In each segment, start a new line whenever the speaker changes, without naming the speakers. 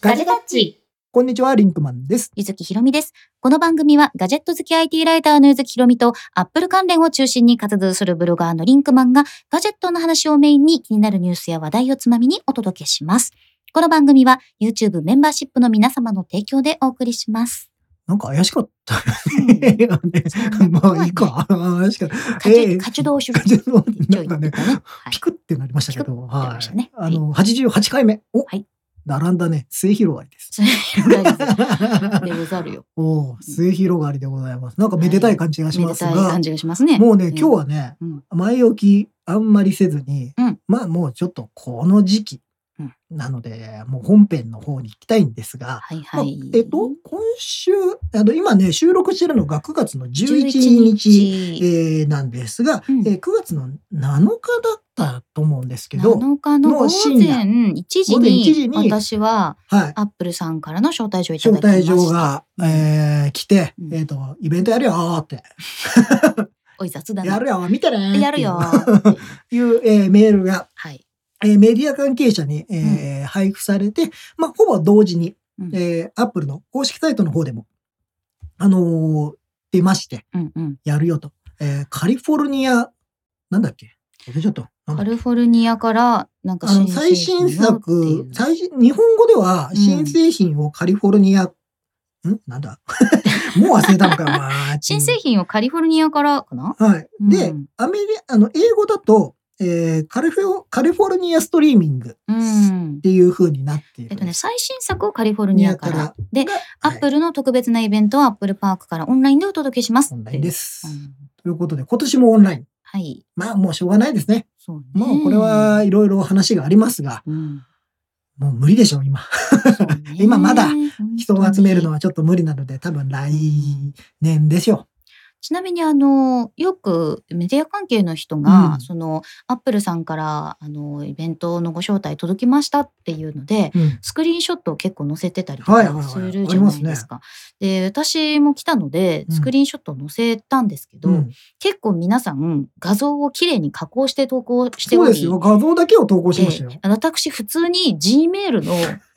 ガジェタッチ。
こんにちは、リンクマンです。
ゆずきひろみです。この番組はガジェット好き IT ライターのゆずきひろみとアップル関連を中心に活動するブロガーのリンクマンがガジェットの話をメインに気になるニュースや話題をつまみにお届けします。この番組は YouTube メンバーシップの皆様の提供でお送り します。
なんか怪しかったね。
そんなこと
ま
は
あ
ない
いいか。怪しかった。
カチ
ええ
ュ、カチュ動出
ちょっと
ちょ
ないん
言
か
って
ね、
たね。はい
ピクってなりましたけど、
ピクってなり
は
ました
い
ね。
あの、88回目。お
はい
並んだね。末広がりです。
そういう 感じでござるよ。
おう末広がりでございます。なんかめでたい感じがし
め
ま
ですたい感
が、
じがしますね。
もうね、
ん
今日はね
うん、
前置きあんまりせずに
うん、
まあもうちょっとこの時期
うん
なので、もう本編の方に行きたいんですが、
はいは
まあ
い。
えっと、今週、あの今ね、収録してるのが9月の11
11
日、
日
えーなんですが、
うん
えー9月の7日だったと思うんですけど、
7日の
も
午
う深夜
前1時
午前1時
に
に
私は
はい、
アップルさんからの招待状をいた
招
だきま
待
した。
状が、えー来て、
うん
えっ、と、イベントやるよーって、
おい雑だな。
やるよー見てねーっていう
や るよーって。
いう、えーメールが、
はい。
えーメディア関係者に、えー配布されて、まあ、ほぼ同時に、
うん
えー、アップルの公式サイトの方でも、あのー出まして、
うんうん。
やるよと。えーカリフォルニア、なんだっけ忘れちょっと。なんだ
カ
っけ
リフォルニアからなんか
あの
新
最新作、最新、日本語では
うん
新製品をカリフォルニア、んなんだ もう忘れたのかよ、お前
新製品をカリフォルニアからかな
はい。で、
うん
アメリあの、英語だと、えーカリフォ、カリフォルニアストリーミングっ
うん。
ていう風になっている。
えっとね、最新作をカリフォルニアから。
ニアか
で、
が
ア
はい
ップルの特別なイベントはアップルパークからオンラインでお届けします
オ
っ
ン
て
ラ
いう。
インです。
うん
ということで、今年もオンライン。
はい。
まあ、もうしょうがないですね。
そうね。
もうこれはいろいろ話がありますが、
うん、
もう無理でしょう、今。
そうね
今まだ人を集めるの
本当に
はちょっと無理なので、多分来年でしょ
ちなみにあのよくメディア関係の人が、
うん
そのアップルさんからあのイベントのご招待届きましたっていうので
う。うん。
スクリーンショットを結構載せてたりと
はいはいは
か
い
するじゃないですか。で私も来たので
うん
スクリーンショットを載せたんですけど、
うん
結構皆さん画像をきれいに加工して投稿して
そ
お
う
り
ですよ。画像だけを投稿しましたよ
で。私普通に Gmail の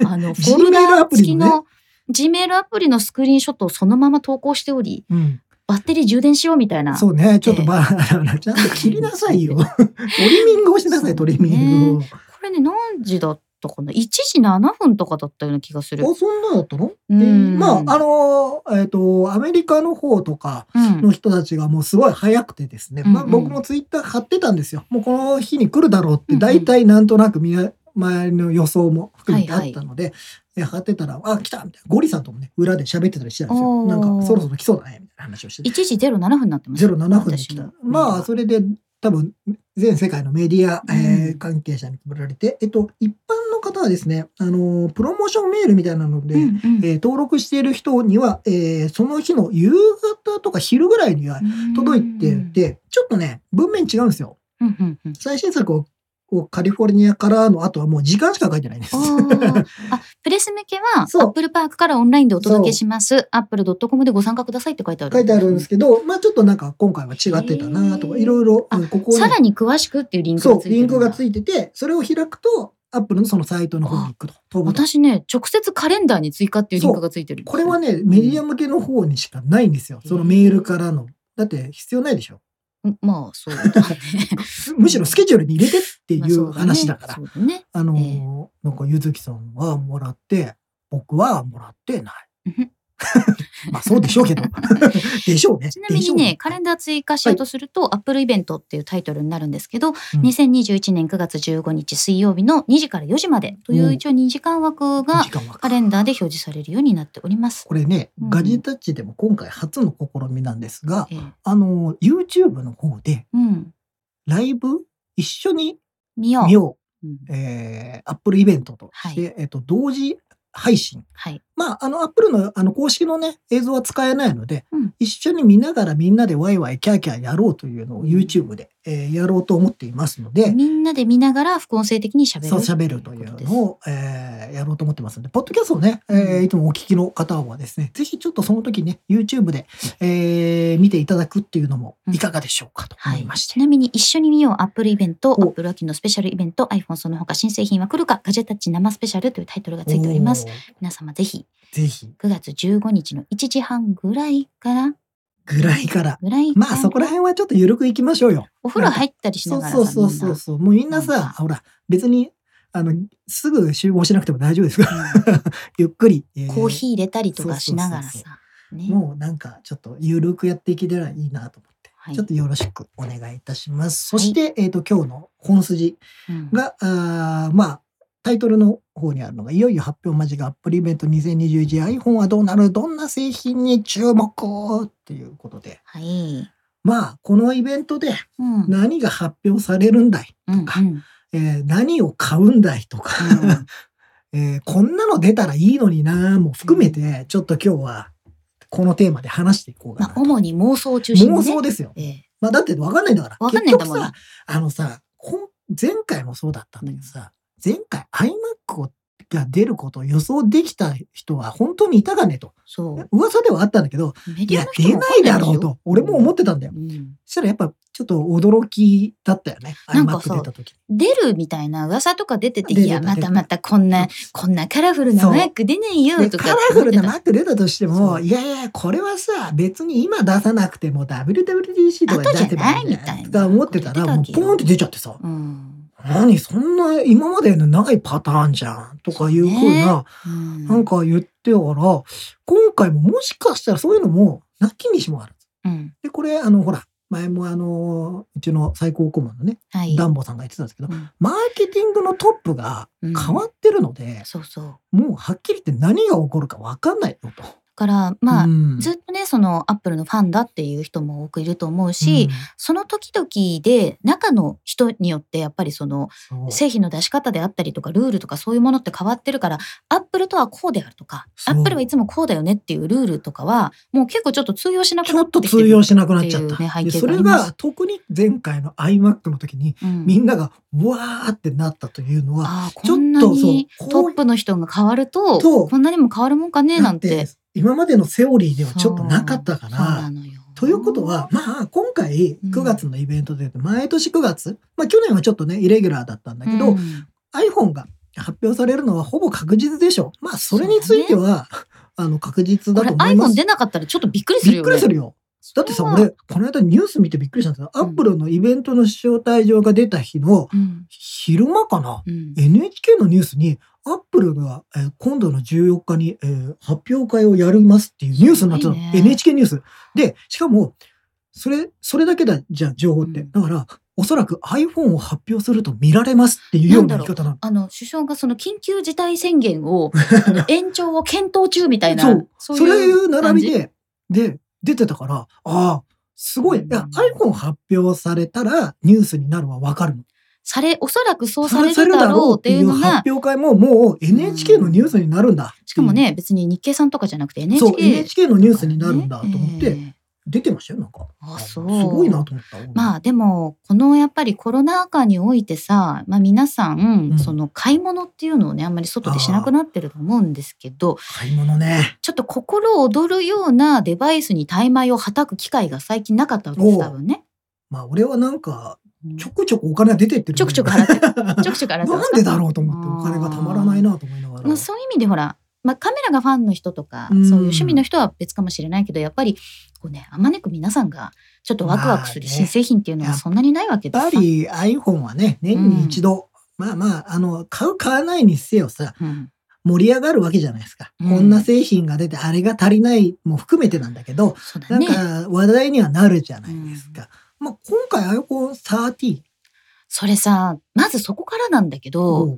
あのフ
Gmail
ォルダ
アプ
付
リ
き
のね
の Gmail アプリのスクリーンショットをそのまま投稿しており
うん。
バッテリー充電しようみたいな
そうね。ちょっとば、ちゃんと切りなさい よ。トリミングをしなさい、トリミング
これね何時だったかな1時7分とかだったような気がする
を。。あ、そんなだったの
う
え
ん
ーまあ、あのー、えっと、アメリカの方とか
うん
の人たちがもうすごい早くてですね。まあ、
うんうん
僕もツイッター貼ってたんですよ。もうこの日に来るだろうって、
うんうん
大体なんとなくみな、周りの予想も含めてあったので、で貼ってたら、あ、来たみたいな。ゴリさんともね、裏で喋ってたりしてたんですよ。
おー
なんか、そろそろ来そうだね、みたいな話をしてて。
1時07分になってますよ。
07分に来
私の
た。まあ、それで、多分、全世界のメディア、えー
うん
関係者に配られて、えっと、一般の方はですね、あのー、プロモーションメールみたいなので、
うんうん
えー登録している人には、えーその日の夕方とか昼ぐらいには届いてて、ちょっとね、文面違うんですよ。
うんうん うん
最新作ををカリフォルニアからの後はもう時間しか書いてないんです。
あーあプレス向けはア
そう
ップルパークからオンラインでお届けします。アップル .com でご参加くださいって書いてあ る。
書いてあるんですけど、まあちょっとなんか今回は違ってたなとか、
へー
いろいろ、
あ
うんここ
うん
に
さらに詳しくっていうリンク
そ、
がついうてる
リンクが
い
ついてて、それを開くと、アップルのそのサイトの方に行くと。飛ぶと
私ね、直接カレンダーに追加っていうリンクがついてるんですよ。
これはね、メディア向けの方にしかないんですよ。そのメールからの。だって必要ないでしょ。
うんまあそう だね。
むしろスケジュールに入れてってい
まあそううね
話だから
そ。うだね。
あのー
え
なんかゆずきさんはもらって、僕はもらってない。まあそうでしょ うけど。でしょうね。
ちなみにね、カレン
ダ
ダー追加しようとすると、アップルイベントっていうタイトルになるんですけど、
ん
2021年9月15日水曜日の2時から4時までという一応2時間枠が
時間は
カレンダーで表示されるようになっております。
これね、
うん
ガジェタッチでも今回初の試みなんですが、
ええ
あのー、YouTube の方で
うん。
ライブ一緒に
見よう。
見よ
うん
う、えー、Apple イベントとして、
は
えっと、同時配信
はい。
まあ、あの、アップルのあの公式のね、映像は使えないので、
うん
一緒に見ながらみんなでワイワイキャーキャーやろうというのを YouTube で、えーやろうと思っていますので、
みんなで見ながら副音声的に喋る。
そう喋るというのを、えーやろうと思ってますので、ポッドキャストをね、えー
うん
いつもお聞きの方はですね、ぜひちょっとその時ね、YouTube で、えー見ていただくっていうのもいかがでしょうかと
は
思い
い
ま、して。
ちなみに一緒に見ようアップルイベント、ア
お
ップル秋のスペシャルイベント、iPhone その他新製品は来るか、ガジェタッチ生スペシャルというタイトルがついております。 。皆様ぜひ、
ぜひ、
9月15日の1時半ぐらいから、
ぐらいから。
ぐらいから
まあそこら辺はちょっと緩くいきましょうよ。
お風呂入ったりし
そ
な
う
がら
そうそう
みん
そ
な
うそう。もうみんな
なん
さ
か、
ほら、別に、あの、すぐ集合しなくても大丈夫ですから。 ゆっくり。えー
コーヒー入れたりとかしながら
そうそう
さ。ね、
もうなんかちょっとゆるくやっていけたらいいなと思って、
はい
ちょっとよろしくお願いいたします。そして、えっ、と今日の本筋
うん
が、あーまあタイトルの方にあるのがいよいよ発表間近アップルイベント 2021iPhone はどうなるどんな製品に注目っていうことで
はい。
まあこのイベントで
うん。うん
何が発表されるんだい、
うん
えー何を買うんだいとか、 えーこんなの出たらいいのになも含めてちょっと今日はこのテーマで話していこうか
ま
な
あ、
と。
主に妄想を中心に、ね。
妄想ですよ。
ええ
まあだって分かんないんだから。
わかんないんだもん
結局さ、あのさ、こん前回もそうだったんだけどさ、前回 iMac が出ることを予想できた人は本当にいたかねと。
そう。
噂ではあったんだけど、
メ
い
ディア
や
の、人
出
も
ないだろう
わ
と、俺も思ってたんだよ。
かんないでしょ。うん
そしたらやっぱちょっと驚きだったよね。
なんかさ
iMac 出た時
出るみたいな噂とか出てて、
出てた
いや、
出
ま
て
た
た
またこんな、こんなカラフルな
そう
マーク出ないよ
で
と
カ
か
ラ
って
フ
思っ
ル
て
な
た。
マーク出たとして
そ
も、
う
いやいや、これはさ、別に今出さなくても WWDC とかで出せばいいんじゃない
後じゃないみたいな
とか思ってたら、もうポンって出ちゃってさ、
うん。
何そんな今までのないパターンじゃんとかいうふうな、
うん
なんか言ってたから、今回ももしかしたらそういうのもなきにしもある。
うん。
で、これ、あの、ほら、前もあの、うちの最高顧問のね、
はい。
ダンボさんが言ってたんですけど、
うん
マーケティングのトップが
うん
変わってるので、
そうそう。だ
もうはっきり言って何が起こるかわかんないよと。
から、まあ、
うん
ずっとね、そのアップルのファンだっていう人も多くいると思うし、、その時々で中の人によってやっぱりその
うんそう
製品の出し方であったりとかルールとかそういうものって変わってるからアップルとはこうであるとかア
そう
ップルはいつもこうだよねっていうルールとかはもう結構ちょっと通用しなく
ちょ
なっ
っと
てきてる
通用しなくなっちゃった。
っていうね背
で
景が
それ
あります
が特に前回の iMac の時に、
うん
みんながわーってなったというのは、
ああ
ちょっと
こんなに
そう
ト
こう
ップの人が変わると
そう
こんなにも変わるもんかね
だ
な
っ
ん
て
て。
今までのセオリーではちょっとなかったか
そうそうな
ら。
のよ
ということは、まあ、今回
うん
9月のイベントで、毎年9月、まあ去年はちょっとね、イレギュラーだったんだけど、
うん
iPhone が発表されるのはほぼ確実でしょう。まあ、それについては、あの、確実だ
これ
と思いま
iPhone
す。
出なかったらちょっとびっくりする
びっ
よ
く
ね。
りするよ。だってさ、
それは
俺、この間ニュース見てびっくりしたんですよ。ア
うん
ップルのイベントの招待状が出た日の
うん
昼間かな、
うん
NHK のニュースに、アップルが、えー今度の14日に、えー発表会をやりますっていうニュースになってたの。
すごいね
NHK ニュース。で、しかも、それ、それだけだじゃん、情報って。
うん
だから、おそらく iPhone を発表すると見られますっていうような
な
言
ん
い
だ
方
ろ
なの。
あの首相がその緊急事態宣 言をあの延長を検討中みたいな
そう
う
それ
いう
いう並びで、で、出てたから、ああ、すごい。いや、iPhone 発表されたらニュースになるはわかるの。
されおそらくそうされるだろうっていうのが
発表会ももう NHK のニュースになるんだ。
しかもね、別に日経さんとかじゃなくて
うん、
NHK,
そう、NHK のニュースになるんだと思っ
え
て、
え
出てましたよ、なんか。
あそう
すごいなと思った。
ま
あ、
あでもこのやっぱりコロナ禍においてさ、まあ、皆さん、
うん
その買い物っていうのをねあんまり外でしなくなってると思うんですけど
買い物ね。
ちょっと心躍るようなデバイスに大枚をはたく機会が最近なかったわけです
おう
多分ね。
まあ、俺はなんか、
うん
ちょくちょくお金が出てってる。
ちょくちょく 払ってちょ
な
くちょく洗ってます
ん
か
でだろうと思って、お金がたまらないなと思いなが
ま
ら。
あ、そういう意味でほら、まあ、カメラがファンの人とか、
うん
そういう趣味の人は別かもしれないけどやっぱりこうねあまねく皆さんがちょっとワクワクする
まあね
新製品っていうのはそんなにないわけで
やっ
す
ぱり iPhone はね、年に一度、まあまあ、あの、買う、買わないにせよさ、
うん
盛り上がるわけじゃないですか。
うん
こんな製品が出て、あれが足りないも含めてなんだけど、
そうだ
なん
ね
か話題にはなるじゃないですか。まあ、今回 iPhone13
それさまずそこからなんだけど
を、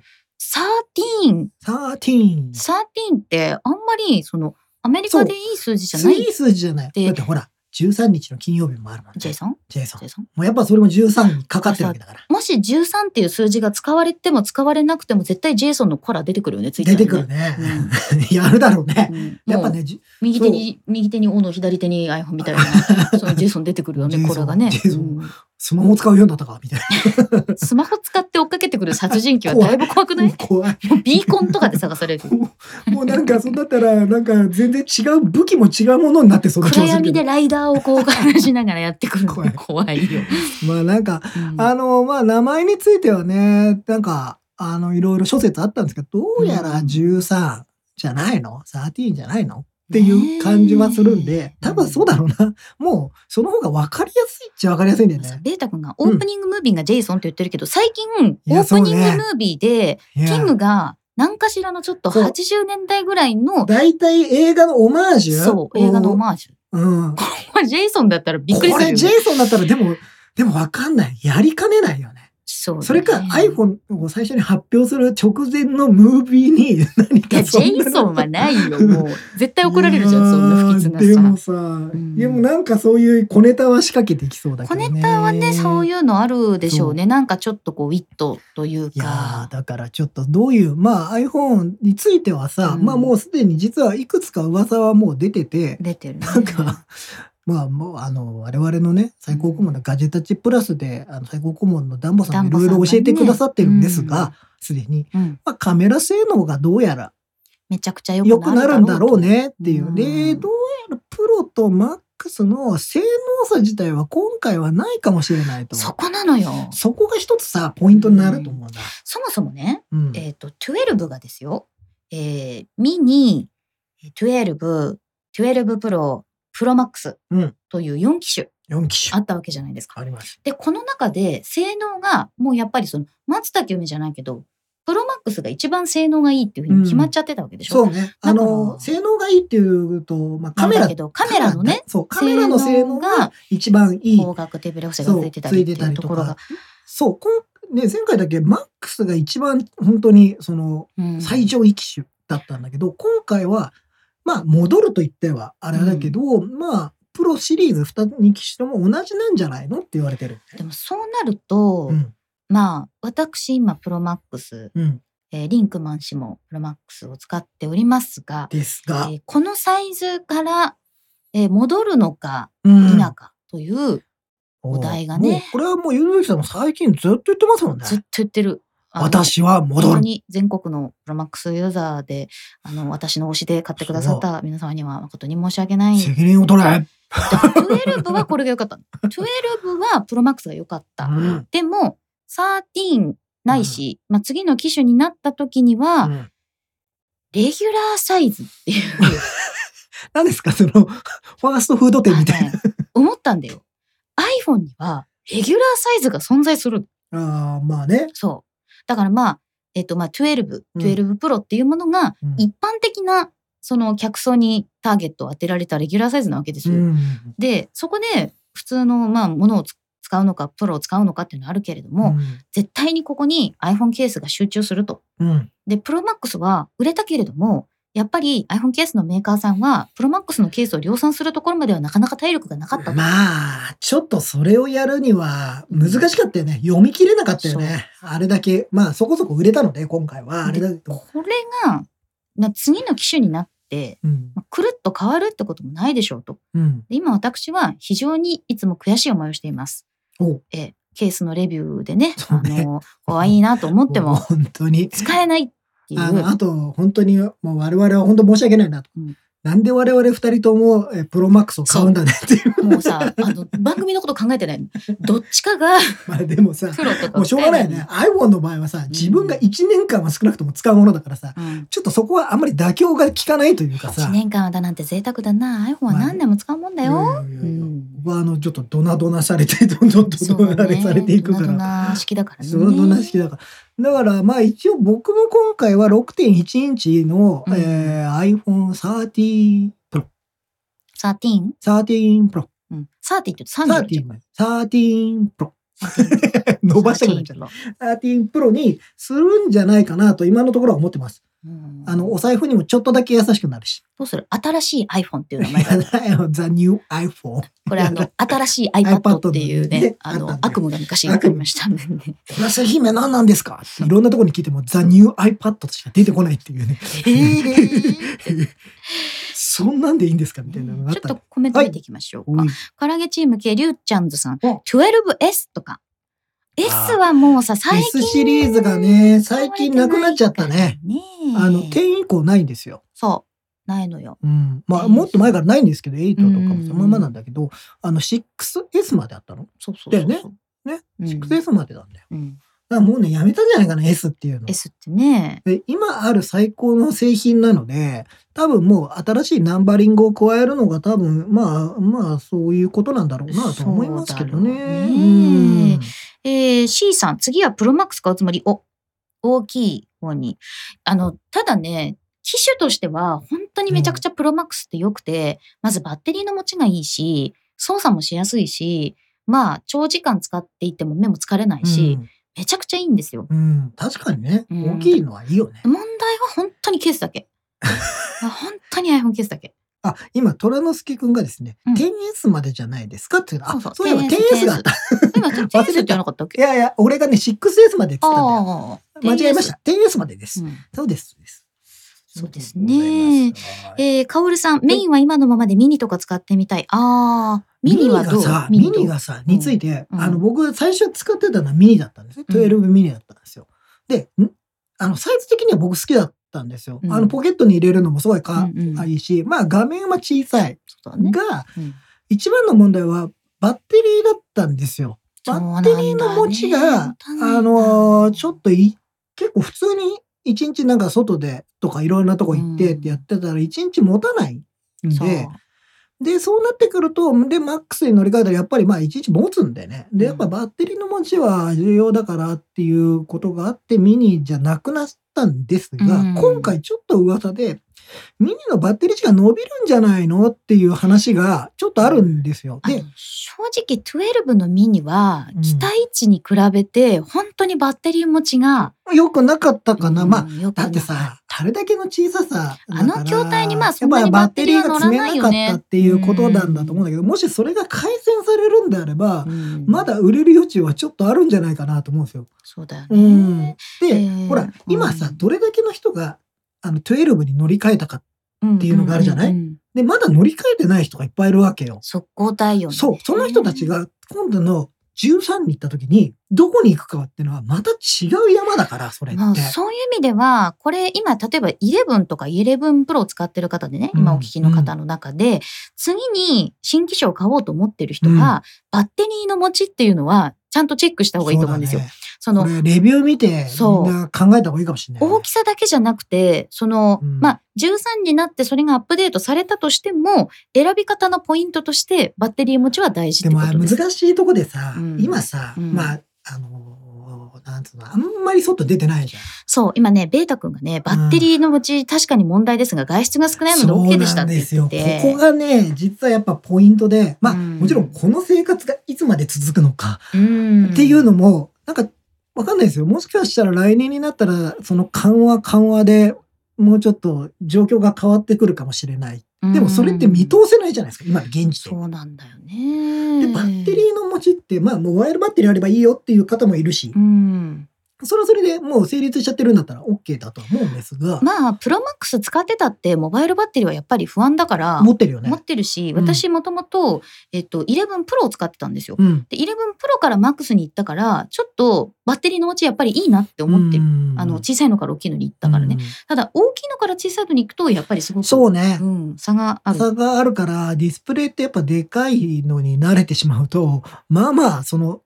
1313
13。
ってあんまりそのアメリカでいい数字じゃない
いい数字じゃない。
で
だってほら、13日の金曜日もあるもんね。
ジェイソン
ジェイソン
ジェイソン
もうやっぱそれも13にかかってるわけだから。
もし13っていう数字が使われても使われなくても絶対ジェイソンのコラ出てくるよねツイッタ
出て
ーに
くる
ね
ね。 やるだろうね。
うん
やっぱ
もう
ね、じ
右手に右手に斧左手に iPhone み たいなそのジェイソン出てくるよ
ジェ
ね
イソン
これがね
ジェイソン
うん
スマホ使うようになったか、みたい
スマホ使って追っかけてくる殺人鬼はだいぶ怖くな
な。
い
怖い。
もうビーコンとかで探 される
もうもうなんか、そんだったら、なんか全然違う武器も違うものになってそうな気
暗
がする
闇
けど
でライダーをこう 話しながらやってくるの
怖い
怖いよ、
まあなんか、
うん
あの、まあ名前についてはね、なんか、あの、いろいろ諸説あったんですけど、どうやら13、じゃないの ?13 じゃないのっていう感じはするんで、多分そうだろうな。もう、その方が分かりやすいっちゃ分かりやすいんだよね。
ベータ君がオープニングムービーがジェイソンって言ってるけど、最近
い
オ
や
ー
そ
プ
うね
ニングムービーで、
いや
キングが何かしらのちょっと
そう
80年代ぐらいの、
大体映画のオマージュ
そう、映画のオマージュ。
うん。
これジェイソンだったらびっくりす
こ
る
れ
よ、
ジェ
ね。
イソンだったらでも、でも分かんない。やりかねないよね。
そうだね
それか iPhone を最初に発表する直前のムービーに何
いや、
か
ジ
そんなの
ェイソンはないよ、もう。絶対怒られるじゃん、そんな不吉な
でも
さ。
さ、
ん
いやもうなんかそういう小ネタは仕掛けていきそうだけ
小
どね。
ネタはね、そういうのあるでしょうね。なんかちょっとこう、ウィットという
いや
か
ー。だからちょっとどういうまあ iPhone についてはさ、
うん
まあもうすでに実はいくつか噂はもう出てて、
出てる、ね。
なんかまあもうあの我々のね最高顧問のガジェタッチプラスであの最高顧問のダンボさんがいろいろ教えてくださってるんです
ダンボさんが
がすで、に、
うん、
まあ、カメラ性能がどうやら
めちゃくちゃ
良
良
くなるんだろうねっていう。
うん
でどうやらプロとマックスの性能差自体は今回はないかもしれないと。
そこなのよ。
そこが一つさポイントになると思うんだ。
そもそもね、
うん
えっ、と、12がですよ。えー、ミニ、12、12プロ、プロマックス
うん
という4機種
4機
あ
種
ったわけじゃないですか。
あります。
で、この中で性能がもうやっぱりその、松竹梅じゃないけど、プロマックスが一番性能がいいっていうふうに決まっちゃってたわけでしょ。
そうね。あ
だか
の
ら
性能がいいっていうと、まあ、カメ
なん
ラ
だけど、カメラのね、
そうカメラの性能が一番いい
光学手ブレ補正がついてたりっていうところが。
そうこんね前回だけマックスが一番本当にその
うん
最上位機種だったんだけど、今回はまあ戻ると言ってはあれだけど、まあプロシリーズ 2, 機種とも同じなんじゃないのって言われてる。
でもそうなると、
うん
まあ、私今プロマックス
うん、
えーリンクマン氏もプロマックスを使っておりますが、
です
え
が、
ーこのサイズから、えー戻るのか
うん
否かという、お題がね
もうこれはもうゆずきさんも最近ずっと言ってますもんね
ずっ。と言ってる。あの
私は戻
本当
る。
に全国のプロマックスユーザーであの私の推しで買ってくださった皆様には誠に申し訳ない
責任を取れ。
12はこれが良 かったの12はプロマックスが良かった、
うん
でも13ないし、まあ、次の機種になった時には、
うん
レギュラーサイズっていう
何ですかその ファーストフード店みたいな。
あのね思ったんだよ。iPhone にはレギュラーサイズが存在する。
ああまあね。
そう。だからまあ、えっとまあ12、
うん
12プロっていうものが
うん
一般的なその客層にターゲットを当てられたレギュラーサイズなわけですよ。
うん
で、そこで普通のまあものをつ使うのか、プロを使うのかっていうのはあるけれども、絶対にここに iPhone ケースが集中すると。
うんうん
で、プロマックスは売れたけれども、やっぱり iPhone ケースのメーカーさんは、プロマックスのケースを量産するところまではなかなか体力がなかったと。
まあちょっとそれをやるには難しかったよね読み切れなかったよねあれだけまあそこそこ売れたので今回はあれだけど、
これがな次の機種になって、
うん
まあくるっと変わるってこともないでしょうと。
うん、
で今私は非常にいつも悔しい思いをしています。
お
えケースのレビューでね、
そ
あ
うね
の、可愛いなと思って
う
も
本当に
使えないってい
あの
う。
あと本当にもう我々は本当申し訳ないなと、
うん
なんで我々二人ともえプロマックスを買うんだねっていう
もうさ、あの、番組のこと考えてない。どっちかが
まあでもさ
プロとか
もうしょうがないよね
使
iPhone の場合はさ自分が1年間は少なくとも使うものだからさ
えない。うん
ちょっとそこはあんまり妥協が効かないというかさ
1年間はだなんて贅沢だな。iPhone は何年も使うもんだよ。
いやいや
う
いやいや
ん。
僕はあのちょっとドナドナされてどんどんどんどんあれされていくか
ドナド
ら。
ナ式だからね。
ドナドナ式だから。だからまあ一応僕も今回は6.1インチの、
うん
えー、iPhone13 Pro。
13?
13 Pro。
うん。30って言うと30になっちゃう
13。13 Pro。伸ばしたくなっちゃう。13 Pro にするんじゃないかなと今のところは思ってます。
うん
あの、お財布にもちょっとだけ優しくなるし。
どうする新しい iPhone っていう名前 が
The new iPhone。
これあ の、新しい
iPad
iPad っていうね
ね、
あの
あ、ったんだよ
悪夢が昔わかりましたんで ね。
プラス姫何なんですかいろんなところに聞いても The new iPad しか出てこないっていうね。
え ー
そんなんでいいんですかみたいなのがあっ
ちょった
ん
と
で。
コメント見ていきましょうか。
おい
唐揚げチーム系、りゅうちゃんずさん、
お
12S とか。S はもうさ、最
S
近。
シリーズがね、最近なくなっちゃったね。
ねえ
あの、10以降ないんですよ。
そう、ないのよ。
うん。ま
う
あ、
ん
もっと前からないんですけど、8とか
うん
もそのままなんだけど、あの、6S まであったの
そうそうそうそう。
だよね
うん。
?6S までなんだよ。
うん
あもうね、やめたんじゃないかな、S っていうの。
S ってね。
で今ある最高の製品なので、多分もう新しいナンバリングを加えるのが多分、まあ、まあ、そういうことなんだろうなと思いますけどね。
そうだろう
うん
ねえー、C さん、次はプロマックスかおつまり、お、大きい方に。あの、ただね、機種としては、本当にめちゃくちゃプロマックスって良くて、まずバッテリーの持ちがいいし、操作もしやすいし、まあ、長時間使っていても目も疲れないし、めちゃくちゃいいんですよ。
うん、うん確かにね、
うん
大きいのはいいよね。
問題は本当にケース だけ。本当に iPhone ケースだけ。
あ、今、虎之介くんがですね、
うん
10S までじゃないですかっていうの。
そ
あ
うそう、
そういえば
10S
10S があった。
今、10S
忘れてた
って言わなかったっ
い
け
やいや、俺がね、6S までって言ったんだよ。
ああ、
間違えまし
10S
た。10S までです。
うん
そうです。そうです
そうですね。
え
えー、カオルさん、メインは今のままでミニとか使ってみたい。ああ、ミニはどう
がさ、ミ
と
ニがさ、について、
うん
あの、僕、最初使ってたのはミニだったんですね。
うん
12ミニだったんですよ。で、んあの、サイズ的には僕好きだったんですよ。
うん
あの、ポケットに入れるのもすごいか
うんうん
わいいし、まあ、画面は小さい。
そうだね。
が、
うん
一番の問題は、バッテリーだったんですよ。バッテリーの持ちが、
そうなんだね
あのーちょっとい、結構普通に一日なんか外でとかいろんなとこ行ってってやってたら一日持たないんで、
そう
で、そうなってくると、で、マックスに乗り換えたら、やっぱりまあ、一日持つんでね。で、やっぱバッテリーの持ちは重要だからっていうことがあって、ミニじゃなくなったんですが、
うん
今回ちょっと噂で、ミニのバッテリー値が伸びるんじゃないのっていう話がちょっとあるんですよ。
あの
で、
正直12のミニは
うん
期待値に比べて本当にバッテリー持ちが、
よくなかったかな。まあ、
あ
だってさ、あれだけの小ささだから。
あの筐体にまあそ
やっ
んな
ぱ
に
り
バ
バ
ッ
ッ
テ
テ
リ
リ
ー
ー
は乗
が
ら
積め
な
ないか
よ
っ
ね
たっていうことなんだと思うんだけど、もしそれが改善されるんであれば、まだ売れる余地はちょっとあるんじゃないかなと思うんですよ。
そうだよね、
うんで、
ー
ほら今さ
うん
どれだけの人があの12に乗り換えたか
って
いうのがあるじゃないでまだ乗り換えてない人がいっぱいいるわけよ。
速攻対応ね
そうその人たちが今度の13に行った時にどこに行くかっていうのはまた違う山だからそれって。
まあ、そういう意味では、これ今、例えば11とか11プロを使ってる方でね、
うん
今お聞きの方の中で、次に新機種を買おうと思ってる人は、バッテリーの持ちっていうのは、ちゃんとチェックした方がいいと思うんですよ。
そうだね
その
こ、れレビュー見て
そう
みんな考えた方がいいかもしれないね、
大きさだけじゃなくて、その、
うん
まあ、13になってそれがアップデートされたとしても、選び方のポイントとして、バッテリー持ちは大事っ
で
て
も
こ
あ
と
れ
です。
難しいとこでさ、
うん
今さ、
うん
まああのーなんつうのあんまり外出てないじゃん。
そう、今ね、ベータ君がね、バッテリーの持ち、確かに問題ですが、外出が少ないので OK でしたって言ってて。
そうなんですよ。ここがね、実はやっぱポイントで、まあ、
うん
もちろんこの生活がいつまで続くのか
うん
っていうのも、なんかわかんないですよ。もしかしたら来年になったら、その緩和緩和でもうちょっと状況が変わってくるかもしれない。でもそれって見
うん
通せないじゃないですか、今の現時
そ
点。
うなんだよね。
で、バッテリーの持ちって、まあ、モバイルバッテリーあればいいよっていう方もいるし
う、ん、
それはそれでもう成立しちゃってるんだったら OK だとは思うんですが、
まあプロマックス使ってたってモバイルバッテリーはやっぱり不安だから
持ってるよね
持っ。てるし
うん
私もともとえっと11プロを使ってたんですよ。
うん。
で11プロからマックスに行ったからちょっとバッテリーの持ちやっぱりいいなって思ってる。あの小さいのから大きいのに行ったからね、
うん。
ただ大きいのから小さいのに行くとやっぱりすごく
そうね。
うん、差がある。
差があるから、ディスプレイってやっぱでかいのに慣れてしまうと、まあまあ、その、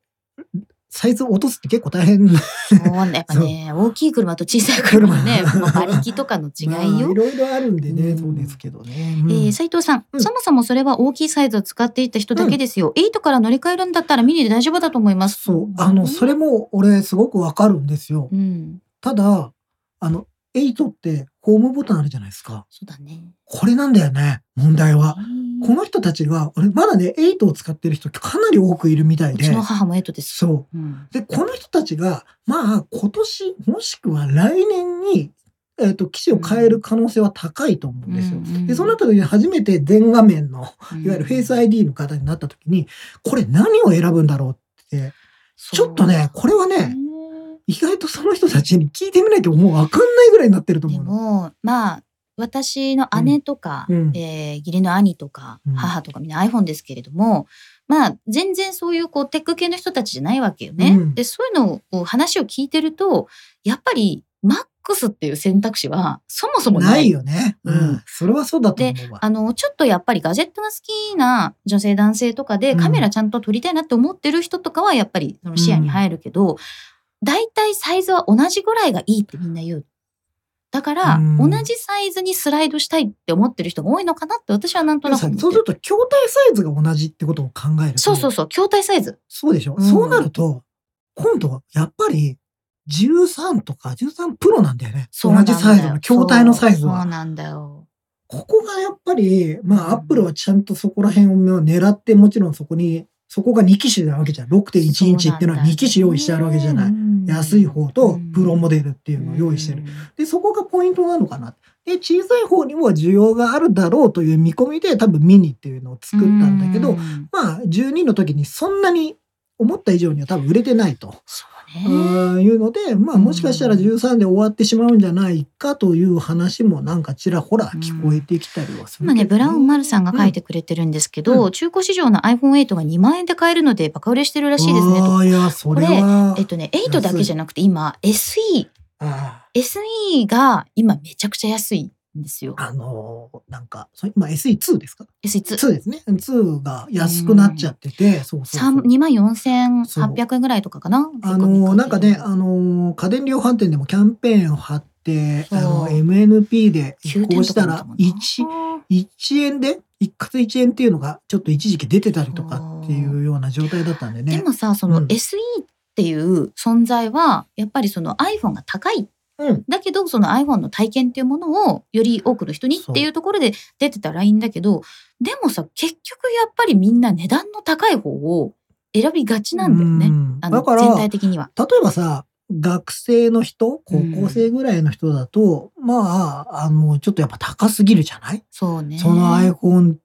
サイズ落とすって結構大変な
そうねやっぱね大きい車と小さい車のね
車
もう馬力とかの違いよ
まあい。ろいろあるんでね、
うん
そうですけどね。
え
うん
ー斉藤さん、
うん
そもそもそれは大きいサイズを使っていた人だけですよ。8から乗り換えるんだったらミニで大丈夫だと思います。
そう、あの、それも俺すごくわかるんですよ
う。ん、
ただ、あの、8ってホームボタンあるじゃないですか。
そうだね。
これなんだよね、問題は。
うん
この人たちが、俺まだね、8を使ってる人かなり多くいるみたいうで
ちの。母も8です。
そう。
うん、
で、この人たちが、まあ、今年、もしくは来年に、えっ、と、機種を変える可能性は高いと思うんですよ。で、そうなった時に初めて全画面の、いわゆるフェイス ID の方になった時に、これ何を選ぶんだろうって、ちょっとね、これは
れ
ね、意外とその人たちに聞いてみないともうわかんないぐらいになってると
で
思うの。
もまあ私の姉とか、
うんうん
えー義理の兄とか
うん
母とかみんな iPhone ですけれども、まあ全然そういうこうテック系の人たちじゃないわけよね。
うん
でそういうのをこう話を聞いてるとやっぱり MAX っていう選択肢はそもそもない
ないよね。う
うん
ん。それはそうだと思うわ。
あのちょっとやっぱりガジェットが好きな女性男性とかで
うん
カメラちゃんと撮りたいなって思ってる人とかはやっぱりその視野に入るけど、大体サイズは同じぐらいがいいってみんな言う。だから、
うん
同じサイズにスライドしたいって思ってる人が多いのかなって私はなんとなく
さ
思って
そうす
る
ると、筐体サイズが同じってことを考えると。
そうそうそう、筐体サイズ。
そうでしょ、
うん
そうなると、今度はやっぱり13とか13プロなんだよね。
そう
同
なんだ
じ
よ
サイズの、筐体のサイズ
そう
は。
そうなんだよ。
ここがやっぱり、ま
うん
あ、アップルはちゃんとそこら辺を狙って、もちろんそこに、そこが2機種なわけじゃん。6.1インチっていうのは2機種用意してあるわけじゃない。
い
安い方とプロモ
デ
デルっていうのを用意してる。
る。
で、そこがポイントなのかな。で、小さい方にも需要があるだろうという見込みで、多分ミニっていうのを作ったんだけど、
う
まあ、12の時にそんなに思った以上には多分売れてないと。
そうね。
うんいうので、まあ、もしかしたら13で終わってしまうんじゃないかという話もなんかちらほら聞こえてきたりはする
今ね、ブラウンマルさんが書い
て
てくれてるんですけど、
う
中古市場の iPhone8 が2万円で買えるのでバカ売れしてるらしいですね
あ
と。
あ、いや、それは。
えっとね、8だけじゃなくて今 SE、
あ
SE が今めちゃくちゃ安いんですよ
あ。あのーなんか、それ今 SE2 ですか
SE2。
?2 ですね。2が安くなっちゃってて、そうそうそう。
2万4800円ぐらいとかかな
あのーなんかね、あのー家電量販店でもキャンペーンを貼って、あの、MNP で移行したら1、1円で、一括1円っていうのがちょっと一時期出てたりとかっていうような状態だったんで
で
ね。
もさその
うん
SE っていう存在はやっぱりその iPhone が高い
うん。
だけどその iPhone の体験っていうものをより多くの人にっ
そう
ていうところで出てたらいいんだけどでもさ結局やっぱりみんな値段の高い方を選びがちなんだよね。
うんだ
あの
から、
全体的には。
例えばさ学生の人高校生ぐらいの人だと、まああのちょっとやっぱ高すぎるじゃない、
そうね。
その iPhone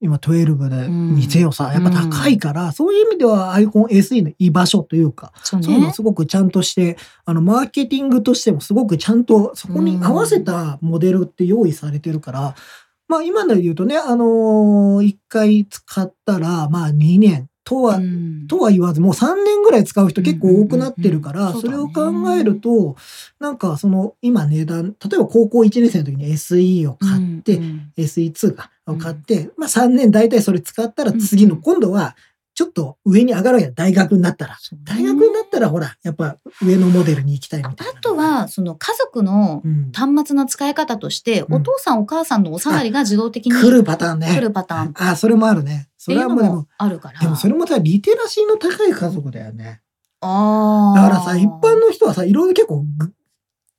今12で
うん
にせよさ、やっぱ高いから、そういう意味では iPhoneSE の居場所というか、
そう
そういうの
ね
を。すごくちゃんとしてあのマーケティングとしてもすごくちゃんとそこに合わせたモデルって用意されてるから、まあ今ので言うとねあの1回使ったらまあ2年とは
うん
とは言わずもう3年ぐらい使う人結構多くなってるか
うんうん
ら
うん
それを
そう
考
だね
えるとなんかその今値段例えば高校1年生の時に SE を買っ
う
て
ん
SE2 か
う
を
ん
買ってまあ3年大体それ使ったら次
う
の
ん
今度はちょっと上に上がろうや大学になったら
そうね
大学になったらほらやっぱ上のモデルに行きたいみたいな
あとはその家族の
うん
端末の使い方として、
うん
お父さんお母さんのお下がりが自動的に
来るパターンね
来るパターンっ
あそれもあるねそ
てい
れ
う
は
の
もうで
も
も
あるから。
でもそれもさリテラシーの高い家族だよね
あー
だからさ、一般の人はさ、いろいろ結構ぐ、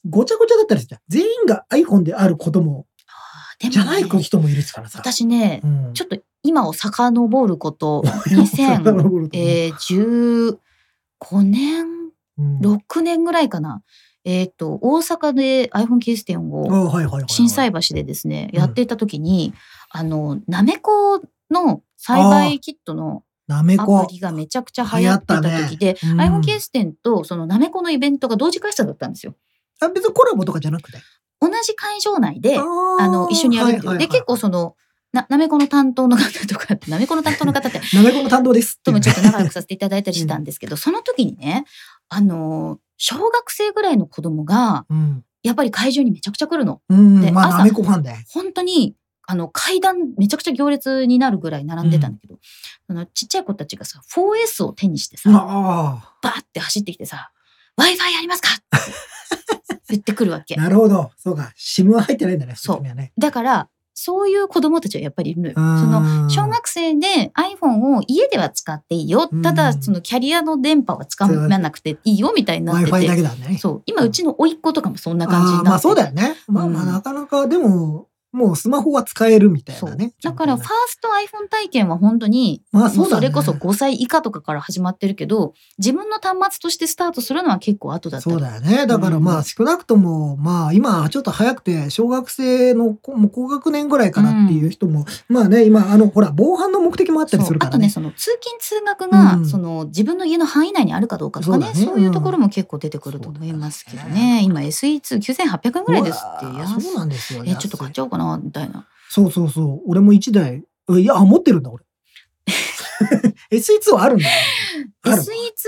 ごちゃごちゃだったりするじゃん。全員が iPhone である子供
あーでもね
じゃない人もいるからさ。
私ね、
うん、
ちょっと今を遡 ること、2000、
2000、
えー、15年、
うん
6年ぐらいかな。えっ、と、大阪で iPhone ケース店
あ
を
はいはいはいはい
震災橋でですね、
うん
やっていた時に、あの、なめこの栽培キットの
なめ
ア
こ。
プリがめちゃくちゃ流行ってた時で、
流行ったねうん
iPhone ケース店とそのなめこのイベントが同時開催だったんですよ。
あ別にコラボとかじゃなくて。
同じ会場内で、
ー
あの、一緒にやるっていう。
はいはいは
で、
い
結構その、な、なめこの担当の方とかって、なめこの担当の方って、
なめこの担当ですってい
と
う
も
ね。
ちょっと仲良くさせていただいたりしたんですけど、その時にね、あのー、小学生ぐらいの子供が、
うん。
やっぱり会場にめちゃくちゃ来るの。
うん
で。
ま
朝
あ、なめこファンで。
本当に、あの、階段めちゃくちゃ行列になるぐらい並んでたんだけど、あの、ちっちゃい子たちがさ、4S を手にしてさ、
あ
バーって走ってきてさ、Wi-Fi ありますかって言ってくるわけ
あ。。なるほど。そうか。SIM は入ってないんだね。
そう
時にはね。
だから、そういう子供たちはやっぱりいるのよ。そ
うん
の、小学生で iPhone を家では使っていいよ。ただ、
うん
そのキャリアの電波は使わなくていいよみたいになっ
Wi-Fi
て
だ
て。
けだね。
そう。今、うちの甥っ子とかもそんな感じに
あ
なっ
あ
て
まあそうだよね。まあまあ
うん
なかなか、でも、もうスマホは使えるみたい
そう
なね。
だから、ファー
状
スト iPhone 体験は本当に、
まあ
も
そううだ
そ
ね
れこそ5歳以下とかから始まってるけど、自分の端末としてスタートするのは結構後だ
態
った
そ
り
うだよね。だからま
う
あ少なくとも、まあ今ちょっと早くて、小学生の子もう高学年ぐらいかなっていう人も、まあね、今、あの、ほら、防犯の目的もあったりす
そう
る
あ
か
と
ら
ね
ね。
その通勤通学が、
うん
その自分の家の範囲内にあるかどうかとかね
そう
そ
だ
う
ね
いうところも結構出てくると思いますけどね、今 SE29800 円ぐらいですって
うわ
安
ー
い
そうなんですよ。
えちょっと買っちゃおうかなみたいな
そうそうそう。俺も一台、いや、あ持ってるん だ、俺。SE2 はあるんだよ。ある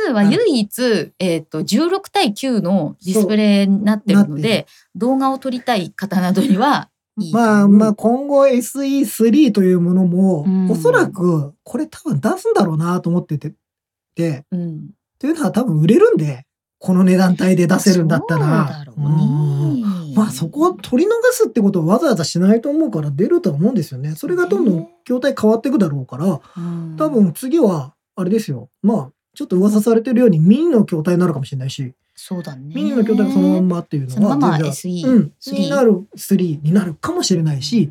SE2 は唯一、えー、と16対9のディスプレイになってる
そう
の
なって
で動画を撮りたい方などにはいいと思う
まあまあ今後 SE3 というものも、
うん
おそらくこれ多分出すんだろうなと思ってて、で、
うん、
というのは多分売れるんで、この値段帯で出せるんだったら。
そうだろうね。
まあそこを取り逃すってことをわざわざしないと思うから出るとは思うんですよね。それがどんどん筐体変わっていくだろうから、
うん
多分次は、あれですよ。まあ、ちょっと噂されてるようにミニの筐体になるかもしれないし、
そうだね。
ミニの筐体がそのまんまっていう
その
のは、
まま
全然
SE、
うん、
3
3になる、3になるかもしれないし、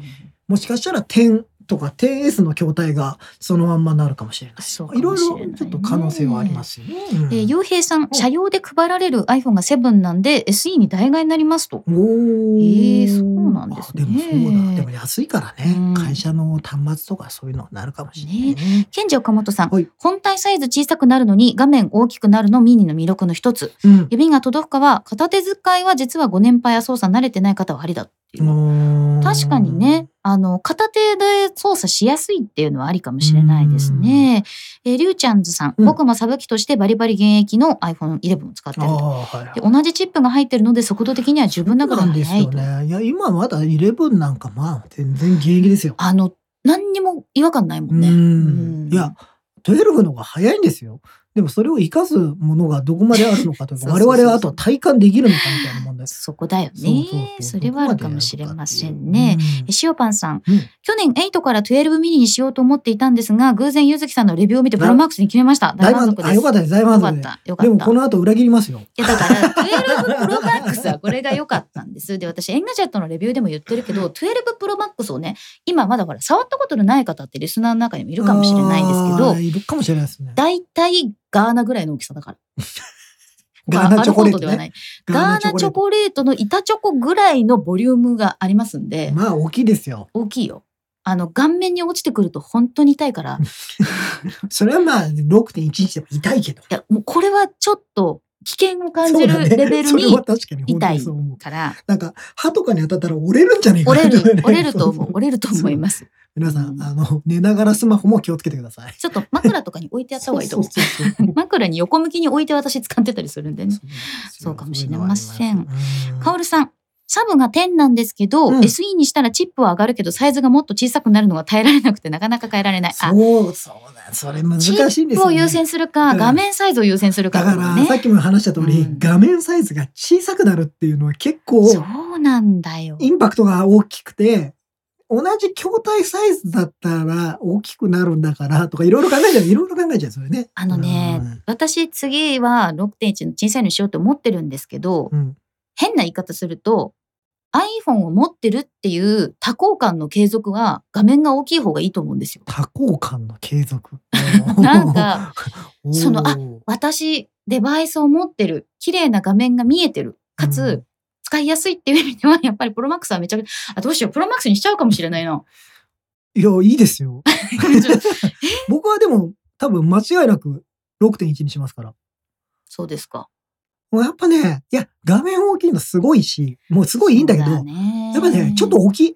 もしかしたら10とか 10S の筐体がそのまんまになるかもしれない。
そうか
いろ
も
い
しれ
ろ
ないね
ちょっと可能性はありま。すよね。うん
えー、洋平さん、車両で配られる iPhone が7なんで SE に代替になりますと。
お
えーそうなんですね
あでもそうだ。でも安いからね、
うん
会社の端末とかそういうのはなるかもしれないね。
ケンジ岡本さん、
はい
本体サイズ小さくなるのに画面大きくなるのミニの魅力の一つ。
うん
指が届くかは片手使いは実はご年配や操作慣れてない方はありだっていう。
うん
確かにね。、あの、片手で操作しやすいっていうのはありかもしれないですね。えー、りゅうちゃんずさん、
うん
僕もサブ機としてバリバリ現役の iPhone11 を使って
あ
る
あ
と。
はいはい
で同じチップが入ってるので速度的には十分ながら
なんです
速い
よ
と。
ね。いや今まだ11なんかまあ全然現役ですよ。
あの、何にも違和感ないも
うん
ね。
ん
うん
いや12の方が早いんですよ。でもそれを生かすものがどこまであるのかというか
そうそう
我
そうそう
々はあと体感できるのかみたいな問題。
そこ だよね。それはあるかもしれませんね。
ね
え塩パンさん、
うん
去年8から12ミリにしようと思っていたんですが、偶然ゆずきさんのレビューを見てプロマックスに決めました。
大
大満
満足
足です。
あよかったです大
よ
満
か
足
っ
です。
た。よか
で
っ
も
た。
この後裏切りますよ。
いやだから、12プロマックスはこれが良かったんです。で、私、エンガジェットのレビューでも言ってるけど、12プロマックスをね、今まだほら、触ったことのない方ってリスナーの中にもい
い
るかもしれないですけど、
いるかもしれないですね。
大体ガーナぐらいの大きさだから。
ガーナチョコレートね
アルフォーではない。ガーナチョコレートの板チョコぐらいのボリュームがありますんで、
まあ大きいですよ。
大きいよ。あの、顔面に落ちてくると本当に痛いから、い
それはまあ6.11でも痛いけど。
や、もうこれはちょっと危険を感
そう
じ
だ
る
ね
レベル
それ
に
は、確かに本当にそう思う。
から、
なんか歯とかに当たったら折れるんじゃないか
折
な
れ
とか
る
ね、
折れると思
そうそ、
折れると思います。
皆さ、
うんん
あの、寝ながらスマホも気をつけてください。
ちょっと枕とかに置いてやった方がいいと思う。
そうそうそうそう
枕に横向きに置いて私使ってたりするんでね。 そうかもしれません。カオルさん、サブが10なんですけど、
うん
SE にしたらチップは上がるけど、サイズがもっと小さくなるのが耐えられなくてなかなか変えられない。あ、
そうそうだ。それ難しい
チ
んですよ、ね。
ップを優先するか、
うん
画面サイズを優先するか
だ
っ
か
てこと
ら、さ
ね。
っきも話した通り、
うん
画面サイズが小さくなるっていうのは結構
そうなんだよ。
インパクトが大きくて、同じ筐体サイズだったら大きくなるんだからとかいろいろ考えちゃう。いろいろ考えちゃう。それね。
あのね
うん
私次は6.1の小さいのにしようと思ってるんですけど、
うん。
変な言い方すると、iPhone を持ってるっていう多幸感の継続は画面が大きい方がいいと思うんですよ。
多幸感の継続。
なんか、
おー、
そのあ私、デバイスを持ってる、綺麗な画面が見えてる、かつ、
うん
使いやすいっていう意味では、やっぱりプロマックスはめちゃくちゃ、あ、どうしよう、プロマックスにしちゃうかもしれないな。
いや、いいです よ。 僕はでも、多分間違いなく6.1にしますから。
そうですか。
もうやっぱね、いや、画面大きいのすごいし、もうすごいいいんだけど、
そうね
やっぱね、ちょっと、大きい。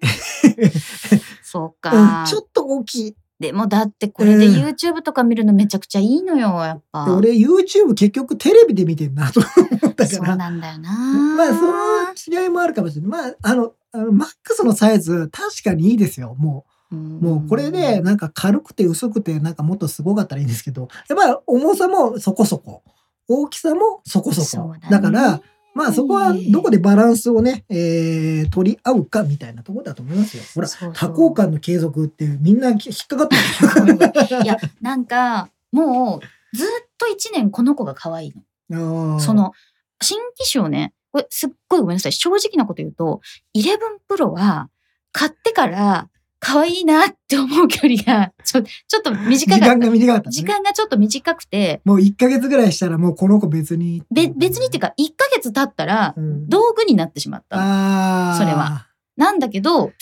そう
う
か
ん、。ちょっと大きい。
でもだってこれで
うん
YouTube とか見るのめちゃくちゃいいのよ、やっぱ。
で俺、YouTube 結局テレビで見てんなと思った
そ
か
う
ら。
なんだよな。
まあ、その違いもあるかもしれない。まあ、あの、あのマックスのサイズ、確かにいいですよ。もう、もうこれで、なんか軽くて薄くて、なんかもっとすごかったらいいんですけど、やっぱ重さもそこそこ。大きさもそこそこ。だから、、まあそこはどこでバランスをね、えー取り合うかみたいなところだと思いますよ。ほら、
そうそう
多幸感の継続ってみんな引っかかって
そうだ
る。
いや、なんか、もう、ずっと一年この子が可愛い
あー
の。そ、の、新機種をね、これすっごいごめんなさい。正直なこと言うと、11 Pro は、買ってから、可愛いなって思う距離が、 ちょ、ちょっと
時
短かった。
間が短かった、ね。
時間がちょっと短くて、
もう1ヶ月ぐらいしたらもうこの子別に。
べ、別にっていう
か、
か、1ヶ月経ったら
う、ん、
道具になってしまったの。
ああ。
それは。なんだけど、12 Pro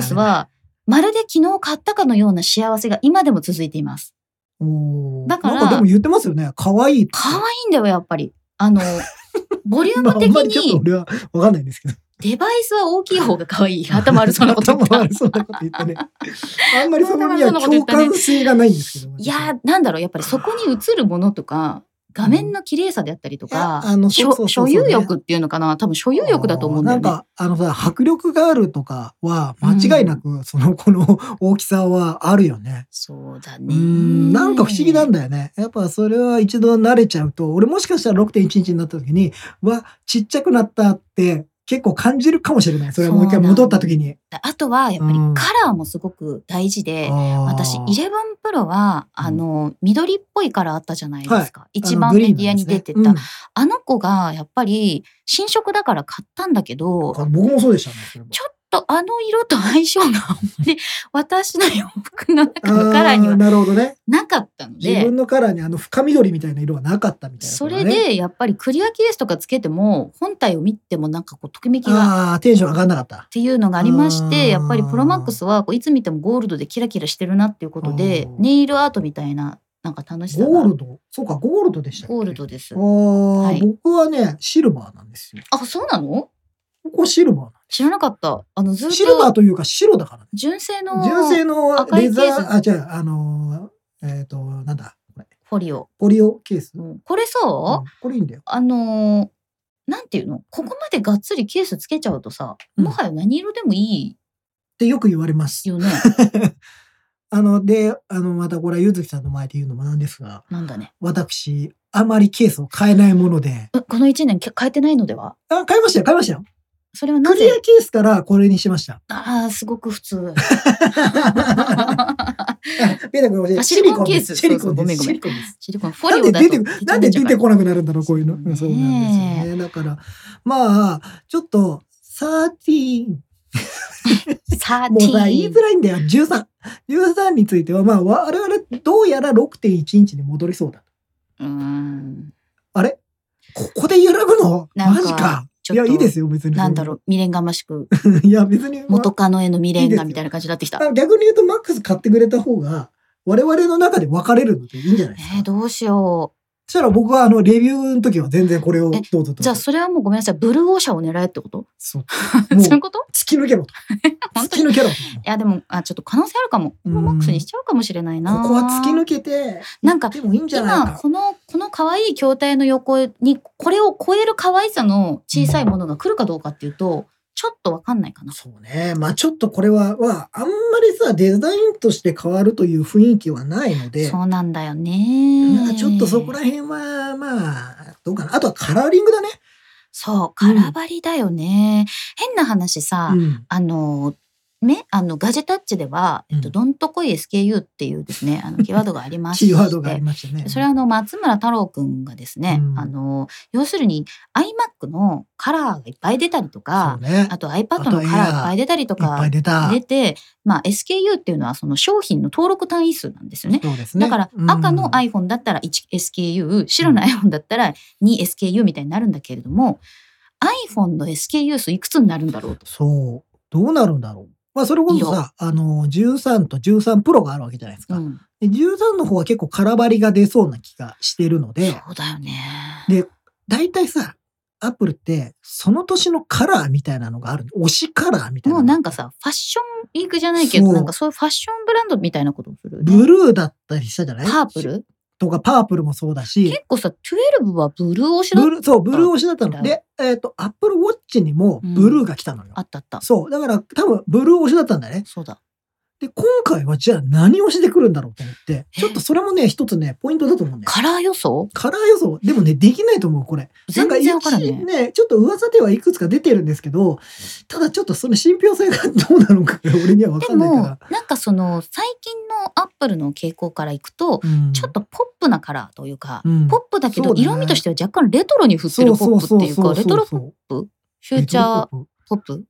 Max は、まるで昨日買ったかのような幸せが今でも続いています。
おー
だから
なんかでも言ってますよね。可愛いって。
可愛いんだよ、やっぱり。あの、ボリュ
ま
ーム
あ、あ
的
んまりちょっと
に、
俺はわかんないんですけど。
デバイスは大きい方が 可愛い。頭悪そうなこと言っ
頭
た。
悪そうなこと言ったね。あんまりそこには
頭悪そうなこと言
共
ったね
感性がないんですけど。
いやー、なんだろう、やっぱりそこに映るものとか、画面の綺麗さであったりとか、
うんあの
し
そうそ
ょ
うそう
所
そう
有欲っていうのかな多分所有欲だと思うんだよね。
なんか、あのさ、迫力があるとかは、間違いなく、その、この大きさはあるよね。
そうだ
う
ね。
ん、なんか不思議なんだよね。やっぱそれは一度慣れちゃうと、俺もしかしたら6.1日になった時に、わ、ちっちゃくなったって結構感じるかもしれない。それはもう一回戻った時に。
あとはやっぱり
うん
カラーもすごく大事で、私
私
11プロはあの緑っぽいカラーあったじゃないですか、一番メディアに出てたあ,、の子がやっぱり新色だから買ったんだけど
僕もそうでしたね。それも
ちょっとあの色と相性があんま り私の洋服の中のカラーに
あー
は
なるほどね。
なかったの
自
で
分のカラーにあの深緑みたいな色はなかったみたいなこ
そ
とだね、
れでやっぱりクリアケースとかつけても本体を見てもなんかこうときめきが
ああ、テンション上がんなかった
っ。ていうのがありまし
あー
てやっぱりプロマックスはこういつ見てもゴールドでキラキラしてるなっていうことで
あー
ネイルアートみたいななんか楽しさが
ゴールドそうか、ゴールドでしたっけ
ゴールドです
あ。ー
はい
僕はね、シルバーなんですよ。
あそうなの
ここシルバーなんで
知らなかったあのずっ
す。シルバー
と
というか白だからね。
純正の
純正の
赤い
レザ
ケース
ー、あ、じゃあ、あのー、えっ、と、なんだ、これ。
フォリオ、
ポリオケース。
う
うん
んこれさ、
これいいんだよ。
あのーなんていうのここまでがっつりケースつけちゃうとさ、
うん
もはや何色でもい
ってよく言われます
い。よね
あの、で、あの、またこれはゆずきさんの前で言うのもなんですが、
なんだね
私、あまりケースを変えないもので、
うこの1年け変えてないのでは
あ、変えましたよ、変えましたよ。
それはな
クリア
ぜ
ケースからこれにしました。
ああすごく普通
ペタ君教えて
あシリコンケース
シリコン
そうそうご
で
めん
す。
ご
シ
めん
リコンです。
シリコンフォ
な
リ
ん
オ
で出
だと
てくなんで出てこなくなるんだろうこういうの。うんそうなんです
ね
よね。だからまあちょっと13
サー
も
テ
うさ言い
ィ
づらいんだよ13。13についてはまあ我々どうやら6.1インチに戻りそうだ。
ーン
あれここで揺らぐの
なん
マ
か
ジか。
ちょ
い
っと
やいいですよ別に。
なんだろう未練がまし
う。
く
いや別に。まあ
元カノへの未
いい
練
です
が
よ
みたいな感じになってきた
あ逆に言うとマックス買ってくれた方が我々の中で分かれるのっていいんじゃないですか。
えー、どうしよ
そしたら僕はあのレビューの時は全然これをど
え
うぞどうぞ
うじゃあそれはもうごめんなさいブルーオーシャンを狙えってこと
そうもう
そういうこと
突き抜けろと
本
突
当
き
に
抜けろと
いやでもあちょっと可能性あるかも
うん
マックスにしちゃうかもしれないな
ここは突き抜けて
なんか
でもいいんじゃない
今
か
このこの可愛い筐体の横にこれを超える可愛さの小さいものが来るかどうかっていうとちょっとわかんないかな
そうねまあちょっとこれは、はあんまりさデザインとして変わるという雰囲気はないので
そうなんだよね
なんかちょっとそこら辺はまあどうかなあとはカラーリングだね、
そう
うん
空張りだよね、変な話さ、
うん
あのね、あのガジェタッチでは、えっと、
うん
どんとこい SKU っていうですね、あのキーワードがありま し
キー
て
ワードがありましたね
それはあの松村太郎くんがですね、
うん
あの要するに iMac のカラーがいっぱい出たりと
そう
か、
ね
あと iPad のカラーがいっぱい出たりと
いっぱ
か
い出た
出て、まあ、SKU っていうのはその商品の登録単位数なんですよね。
そうですね
だから
うん
赤の iPhone だったら 1SKU 白の iPhone だったら 2SKU みたいになるんだけれども iPhone の SKU 数いくつになるんだろうと。
そう。どうなるんだろう。まあ、それこそさ、あの、13と13プロがあるわけじゃないですか。
うん
で13の方は結構空張りが出そうな気がしてるので、
そうだよね。
で、大体さ、アップルって、その年のカラーみたいなのがある。推しカラーみたいな。
もうなんか、さファッションウィークじゃないけど
そう
なんかそういうファッションブランドみたいなことをするよね、
ブルーだったりしたじゃない
パープル
とか、パープルもそうだし
結、構さ12はブルー推しだ
ブルー、そう、ブルー推しだった
だ
の。で、えっ、と、アップルウォッチにもブルーが来たのよ。
あったあった
そう。だから、多分、ブルー推しだったんだよね。
そうだ
で、今回はじゃあ何をしてくるんだろうと思って、ちょっとそれもね、一つね、ポイントだと思うんだよ。
カラー予想
カラー予想、でもね、できないと思う、これ。
全然わからん
な
ね
か一ちょっと噂ではいくつか出てるんですけど、ただちょっとその信憑性がどうなのか、俺にはわ
で
かんない
も
か
なんかその最近のアップルの傾向からいくと、
ら。うん
ちょっとポップなカラーというか、
うん
ポップだけ
そ
ど
うだね
色味としては若干レトロに振ってるポップっていうかレトロフ
フ
ューチャ
ー。
ーポップ、
う ん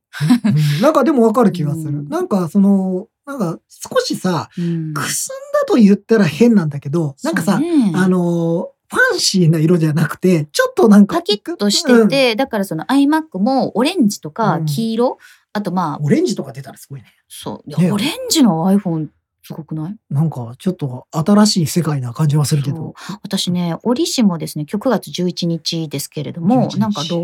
なんかでもわかる気がす
う
る。
ん
なんかその、なんか少しさ、
うん
くすんだと言ったら変なんだけど、なんか
そう
さ、
ね
あの、ファンシーな色じゃなくて、ちょっとなんか。
パキッとしてて、だからその iMac もオレンジとか黄色、あとまあ
うん、オレンジとか出たらすごいね。
そうい
ね
やオレンジの iPhone すごくない
なんかちょっと新しい世界な感じはするけど。
私ね折しもですね9月11日ですけれども
11日
なんか6年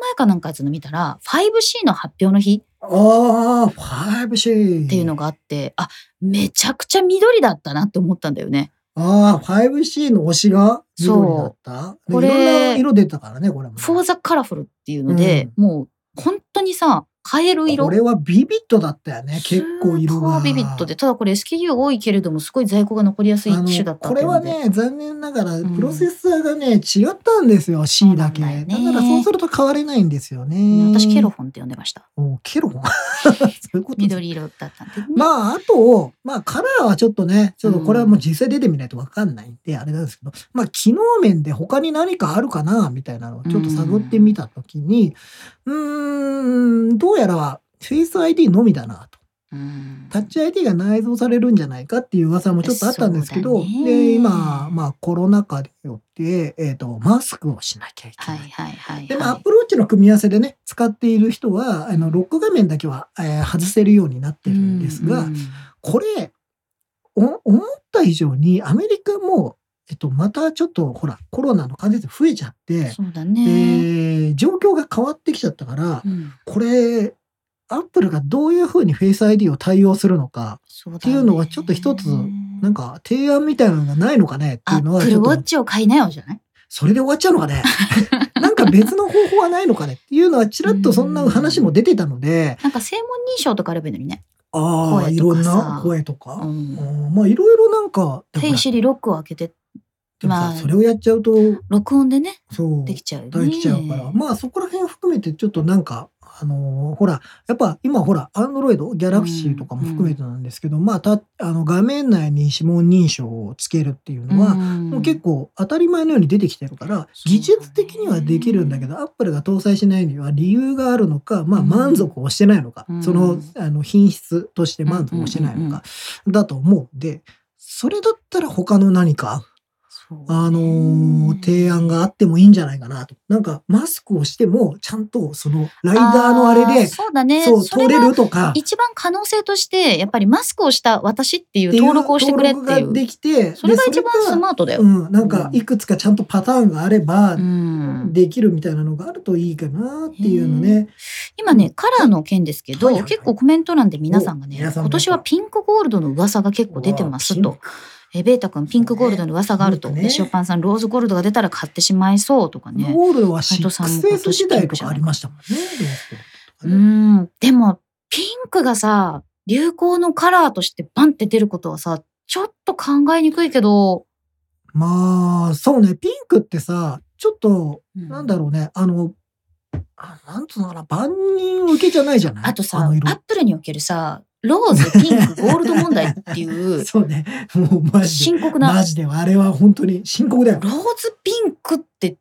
前かなんかやつの見たら 5C の発表の日
ああ、5C。
っていうのがあって、あめちゃくちゃ緑だったなって思ったんだよね。
ああ、5C の推しが緑だった。で
これ
いろんな色出たからね、これもね。
フォーザカラフルっていうので、もう本当にさ、変える色。
これはビビットだったよね、結構色が。
スーパービビットで、ただこれ SKU 多いけれども、すごい在庫が残りやすい機種だった
あのこ
ってい
れ
う
は
の
ね
で
残念ながら
ん
プロセッサーがね、違ったんですよ C だけ
そう
だ,、
なんだ
か
よね
らそうすると変われないんですよ
うん
ね
私ケロフォンって呼んでました。
おうケロ そういうこと
緑色だったんで、ね。
まああとまあカラーはちょっとねちょっとこれはもう実際出てみないと分かんないんで、あれなんですけどまあ機能面で他に何かあるかなみたいなのをちょっと探ってみた時にうーんどうやらフェイス ID のみだなと。
うん
タッチ ID が内蔵されるんじゃないかっていう噂もちょっとあったんですけど、
そうだね
で今、まあ、コロナ禍でよって、えっとマスクをしなきゃいけな。
はいいはいはい、
でまあ、ア
は
ップローチの組み合わせでね使っている人はあのロック画面だけは、えー外せるようになって
い。
るんですが、
うん
これお思った以上にアメリカも、えっと、またちょっとほらコロナの患者数増えちゃって、
そうだ
え
ね。
ー状況が変わってきちゃったから
うん
これアップルがどういうふうにフェイス ID を対応するのか
そうだね
っていうのはちょっと一つなんか提案みたいなのがないのかねって
ア
いうの
ッ
は
プ
ち
ル
ょ
ウ
っ
ォ
と
ッチを買いなよじゃない
それで終わっちゃうのか ねなんか別の方法はないのかねっていうのはちらっとそんな話も出てたので
なんか声紋認証とかあればいいのにね。
ああ
声
い
と
ろ
か
ん
さ
な声とか、
うん。
うんまあいろいろなんかで
ヘ
も
イ
さ
シリロックを開けて、
でもさ
まあ
それをやっちゃうと
録音でね、
そう
できちゃうよね。
できちゃうからまあそこら辺含めてちょっとなんかあのーほらやっぱ今ほらアンドロイドギャラクシーとかも含めてなんですけど、まあたあの画面内に指紋認証をつけるっていうのは、
ん
もう結構当たり前のように出てきてるから
そう
技術的にはできるんだけどアップルが搭載しないには理由があるのか、まあ、
うん
満足をしてないのか、
うん
そのあの品質として満足をしてないのかだと思うんでそれだったら他の何か、
そうね
あのー提案があってもいいんじゃないかなとなんかマスクをしてもちゃんとそのライダーのあれ
ー
で
そうだね。
そう
そ
通
れ
れ
が
るとか。
一番可能性として、やっぱりマスクをした私っていう
っていう
登録をしてくれってい
登録が
う。
できて
それが
で
一番スマートだよ。
うん、なんかいくつかちゃんとパターンがあれば、
うん
できるみたいなのがあるといいかなっていうのね。
今ね、カラーの件ですけど、
はいはいはい
結構コメント欄で皆さんがね、
お皆さん
今年はピンクゴールドの噂が結構出てます
うわ
と。。え、ベータ君、ピンクゴールドの噂があると。
ピンクね
でシオパンさん、ローズゴールドが出たら買ってしまいそうとか
ピンク
ね。
ゴールドは
斎
シ
藤
ッ
さん
ク
も
ス S 時代とかありましたもんね。
う
どうして
ん。でも、ピンクがさ、流行のカラーとしてバンって出ることはさ、ちょっと考えにくいけど、
まあ、そうね。ピンクってさ、ちょっと、なんだ
う。
ろうね。あの、あなんつうのかな、万人受けじゃないじゃない
あとさ、ア
の
ッ
色。
プルにおけるさ、ローズ、ピンク、ゴールド問題っ ていう、
そうね。もうマジで。
深刻な
マジで。あれは本当に深刻だよ。
ローズピンクって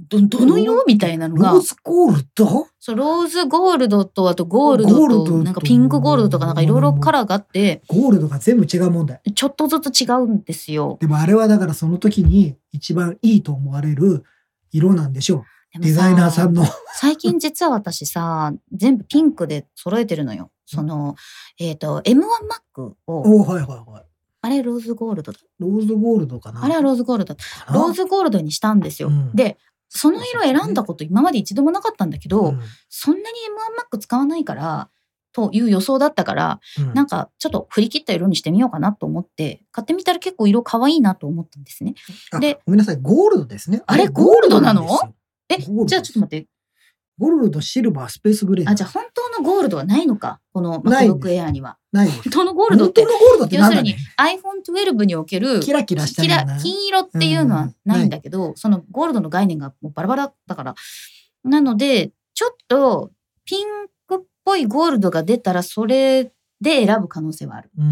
ど、どの色みたいなの
ロ
が
ー、ズゴールド
そう、ローズゴールドと、あとゴールド
ゴールド
と、
と
なんかピンクゴールドとかなんかいろいろカラーがあって、
ゴールドが全部違う問題。
ちょっとずつ違うんですよ。
でもあれはだからその時に一番いいと思われる色なんでしょう。
でも
デザイナーさんの。
最近実は私さ、全部ピンクで揃えてるのよ。その、えっ、と、M1Mac を、
おはいはいはい。
あれローズゴールドだ。
ローズゴールドかな。
あれはローズゴールドだ。ローズゴールドにしたんですよ。
うん
で、その色選んだこと今まで一度もなかったんだけど、
うん
そんなに M1Mac 使わないから、という予想だったから、
うん
なんかちょっと振り切った色にしてみようかなと思って、買ってみたら結構色可愛いなと思ったんですね。
あ
で
ごめんなさい、ゴールドですね。
あれゴールドなの
ゴールドんですよ
え、
ゴールド
じゃあちょっと待って。
ゴールド、シルバー、スペースグレーだ。
あ、じゃあ本当のゴールドはないのか。この
ないん
MacBook
です
Air には。
ない。
本当のゴールドって
本当、のゴールドって
要
な
す
ん
る
だ
に
ね。
iPhone12 における、
キラキラした
キ
よう
ラ
な
金色っていうのはないんだけど、そのゴールドの概念がもうバラバラだからなのでちょっとピンクっぽいゴールドが出たらそれで選ぶ可能性はある
う
うん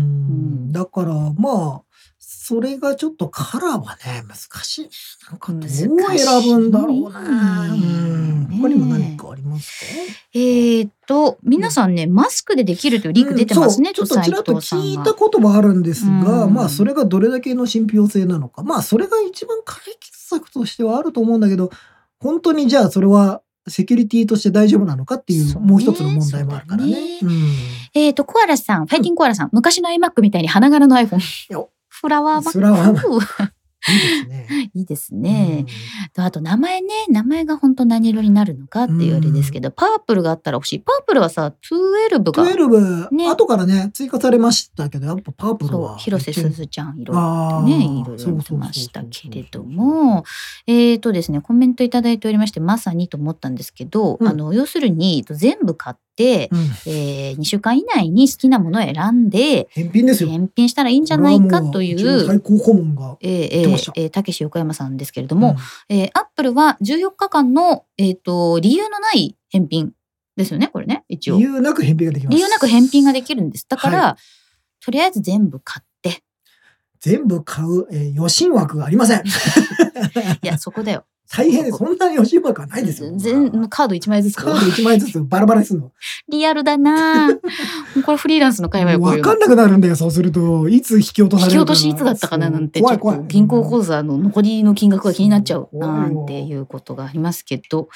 ん。だから、まあ、それがちょっとカラーはね、難しいね。なんか、どう選ぶんだろう
難しい
ね。うん。他にも何かありますか
えー、っと皆さんね、マスクでできるというリーク出てますね、
うんそうちょっと
斎
ちらっと
藤さ
聞
ん
い
が
たことはあるんですが、
うん
まあそれがどれだけの信憑性なのかまあそれが一番解決策としてはあると思うんだけど本当にじゃあそれはセキュリティとして大丈夫なのかっていう
そうね
もう一つの問題もあるからね。
そううんえー、っとコアラさんファイティングコアラさん、昔の iMac みたいに花柄の iPhone
よ
フラワーバッグ
フラワーバッいいですね。
いいですね。とあと名前ね名前が本当何色になるのかっていうあれですけど、パープルがあったら欲しいパープルはさ12
うん。
が
12、
ね
後からね、追加されましたけど、やっぱパープル
そ
は。
う広瀬すずちゃん色
あ
ね、
ー
いろいろ出ましたけれど。
そうそうそうそうそう
も、えーとですね、コメントいただいておりまして、まさにと思ったんですけど、
うん
あの要するにえっと全部買って、
うん
え2週間以内に好きなものを選んで、
返品ですよ。
返品したらいいんじゃないかとい
これはもうちの
う、
最高顧問が。
えーえ
言ってまし
ー
た
えーたけし横山さんですけれども、えーアップルは14日間の、えー、と理由のない返品ですよね、これね、一
うん、
応
理。由なく返品ができます。
理由なく返品ができるんです。だから、
は
とりあえず全部買 って、
全部買う、えー、予診枠がありま せん。
いや、そこだよ。
大変です。そんなに予診枠はないですよ。
全もうカード1枚ずつ
カード1枚ずつバラバラにす るの。
リアルだなぁ もうこれフリーランスの会話よ、こうい
わ
う
か
の。
んなくなるんだよ、そうすると。いつ引き落とさ
引
れる
き
か
落としいつだったかななんて、
そう
ちょ
怖い
っ
怖
と
い。
銀行口座の残りの金額が気になっちゃう
そう
なんていうことがありますけど、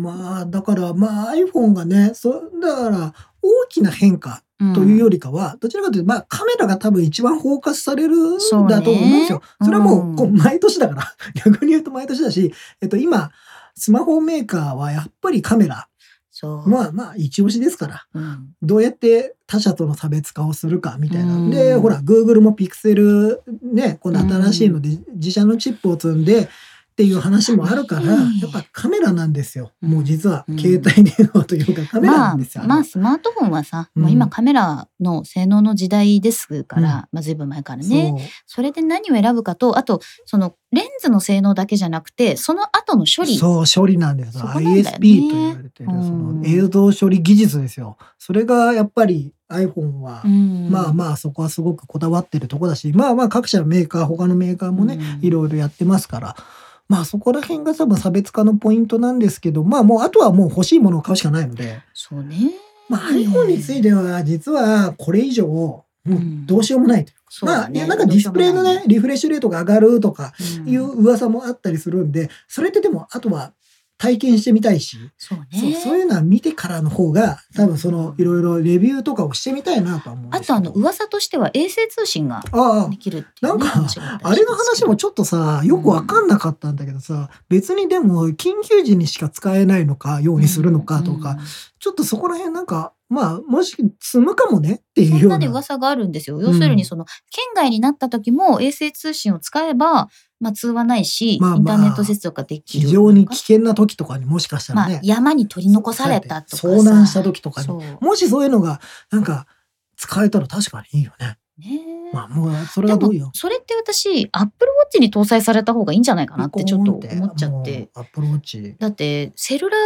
まあ、だから、まあ iPhone がね、そだから、大きな変化
うん
というよりかは、どちらかというと、まあ、カメラが多分一番フォーカスされるんだと思うんですよ。
そうね
それは
う
も
ん
う、こう毎年だから、 逆に言うと毎年だし、えっと、今、スマホメーカーはやっぱりカメラ、
そう、
まあまあ、一押しですから、
うん
どうやって他者との差別化をするかみたいな。
うん
で、ほら、Google もピクセルね、この新しいので、自社のチップを積んで、っていう話もあるから、
うん
やっぱカメラなんですよ。もう実は
うん
携帯電話というかカメラ
ま
な
あ
んですよ。、
まあ、スマートフォンはさ、もう
う
今
ん
カメラの性能の時代ですから、まあ随分前からね。
ね。
それで何を選ぶかと、あと、そのレンズの性能だけじゃなくて、その後の処理。
そう処理なんです
そこなんだよね
ISP と言われてる、
うん
その映像処理技術ですよそれがやっぱり iPhone は、
うん
まあまあそこはすごくこだわってるとこだしまあまあ各社のメーカー他のメーカーもね、
うん
いろいろやってますからまあそこら辺が多分差別化のポイントなんですけどまあもうあとはもう欲しいものを買うしかないので、
そうね。
まあ、iPhone については実はこれ以上もうどうしようもないというか、
そう
ま
だ
あ
ね
いやなんかディスプレイのね、リフレッシュレートが上がるとか
うん
いう噂もあったりするんで、それってでも、あとは体験してみたいし、
そうね。
そうそういうのは見てからの方が、多分その、いろいろレビューとかをしてみたいなとは思うん
あ
ですけ
と
ど。
あの噂としては衛星通信が
ああ
できるっていう、ね、
なんか
話がった
あ
り
れ
し
の
ますけ
話
ど
もちょっとさ、よくわかんなかったんだけどさ、別にでも、緊急時にしか使えないのか、ようにするのかとか、、ちょっとそこら辺なんか、まあ、もし積むかもねって
うん
いう
そん
よう
な
な。
ね噂があるんですよ。要するにその、県外になった時も衛星通信を使えば、まあ、通話ないし、
まあまあ
インターネット接続ができ
非
る。
常に危険な時とかにもしかした
ま
ら
あ
ね、、
山に取り残されたとかさ
遭難した時とかに
そう
もしそういうのが、なんか、使えたら確かにいいよね。
ね
まあ、もう、それ
で
はどう
も
よ。
それって私アップルウォッチに搭載された方がいいんじゃないかなってちょっと思っちゃって。
もう。アップローチ。
だってセルラ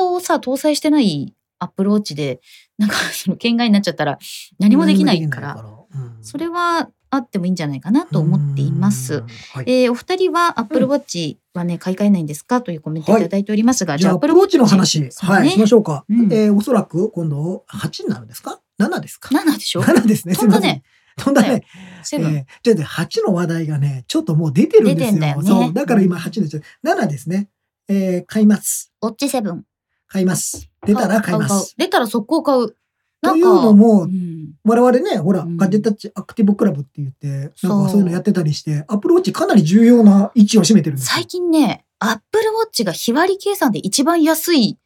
ーをさ搭載してないアップルウォッチでなんかその県外になっちゃったら何もできないから
何もできないからうん
それはあってもいいんじゃないかなと思っていま
う
す
ん。はい
えーお二人はアップルウォッチはね、買い替えないんですかというコメントいただいておりますが、
じゃあ、アップローチの話、はい、しましょうか。
うん
えーおそらく、今度、8になるんですか ?7 ですか
7でしょ
7ですね。
飛んだ
すいませ
ね
ん。飛んだね。
セブン、
えーじゃあね、8の話題がね、ちょっともう出てるんですよ。
出てんだよね
そう。だから今8でちょ、7ですね。えー買います。
ウォッチセブン
買います。出たら買いま
買う
す。
出たら速攻買うな
と
んか
いうのも、
うん
我々ね、ほら、
うん
ガジェタッチアクティブクラブって言って、なん
そう
かそういうのやってたりして、アプローチかなり重要な位置を占めてるんですよ
最近ねアップルウォッチが日割り計算で一番安い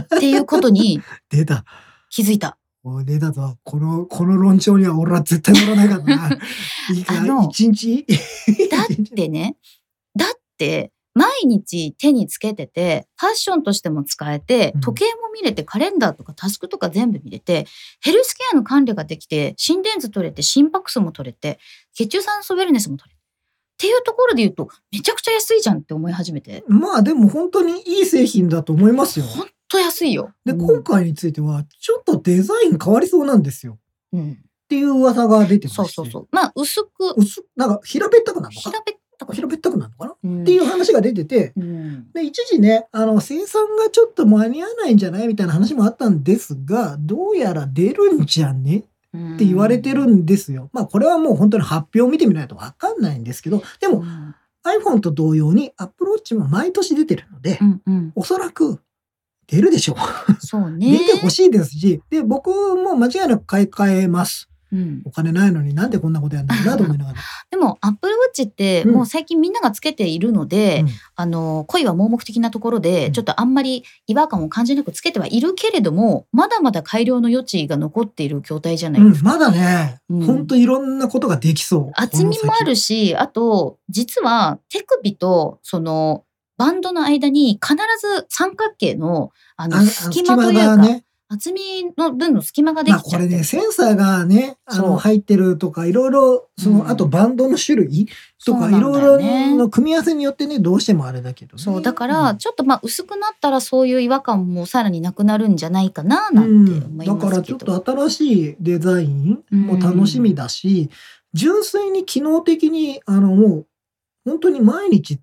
っていうことに
出た。
気づいた。
もう出たぞ。この、この論調には俺は絶対乗らないから な。いいか
あの、
一日
だってね、だって、毎日手につけてて、ファッションとしても使えて
う、ん
時計も見れて、カレンダーとかタスクとか全部見れて、ヘルスケアの管理ができて、心電図取れて、心拍数も取れて、血中酸素ウェルネスも取れて。っていうところで言うと、めちゃくちゃ安いじゃんって思い始めて。
まあでも本当にいい製品だと思いますよ。
ほんと安いよ。
で、
うん
今回については、ちょっとデザイン変わりそうなんですよ。っ
うん。
ていう噂が出てまして。
そうそうそう。まあ、薄く、
薄なんか平べったくなるのか
平べったく。
平べったくなるのかなっ
って
いう話が出てて、
うん。
で一時ねあの生産がちょっと間に合わないんじゃないみたいな話もあったんですがどうやら出るんじゃね
っ
って言われてるんですよ。まあこれはもう本当に発表を見てみないと分かんないんですけどで
うん
も iPhone と同様に AppleWatch も毎年出てるので
うんうん。
おそらく出るでしょう。
そうね。
出てほしいですしで僕も間違いなく買い替えます。
うん
お金ないのになんでこんなことやんだろうなと思いな がら。
でも、アップルウォッチって、
うん
もう最近みんながつけているので、
うん
あの、恋は盲目的なところで、
うん
ちょっとあんまり違和感を感じなくつけてはいるけれども、まだまだ改良の余地が残っている筐体じゃないです
うん、ま
か。
だね、
うん
ほんといろんなことができそう。
厚みもあるし、あと、実は手首と、その、バンドの間に必ず三角形の、あ
こ
の、
の先、
隙間という
あ
か、
あね。
厚みの分の隙間がで
まあ
きち
こ
ゃっ
れ
てる
ね、センサーがね、あ
そう
の、入ってるとか、いろいろ、その、
うん
あとバンドの種類とか、
そう
い
なん
ろ
だ
い
よ
ろ
ね
の組み合わせによってね、どうしてもあれだけどね。
そうだか
う
ら
ん
ちょっとまあ薄くなったらそういう違和感もさらになくなるんじゃないかな
う
なんて
ん、
思い
だか
ま
ら
す
ち
け
ょっ
ど。
と新しいデザインも楽しみだし、純粋に機能的にあのもう本当に毎日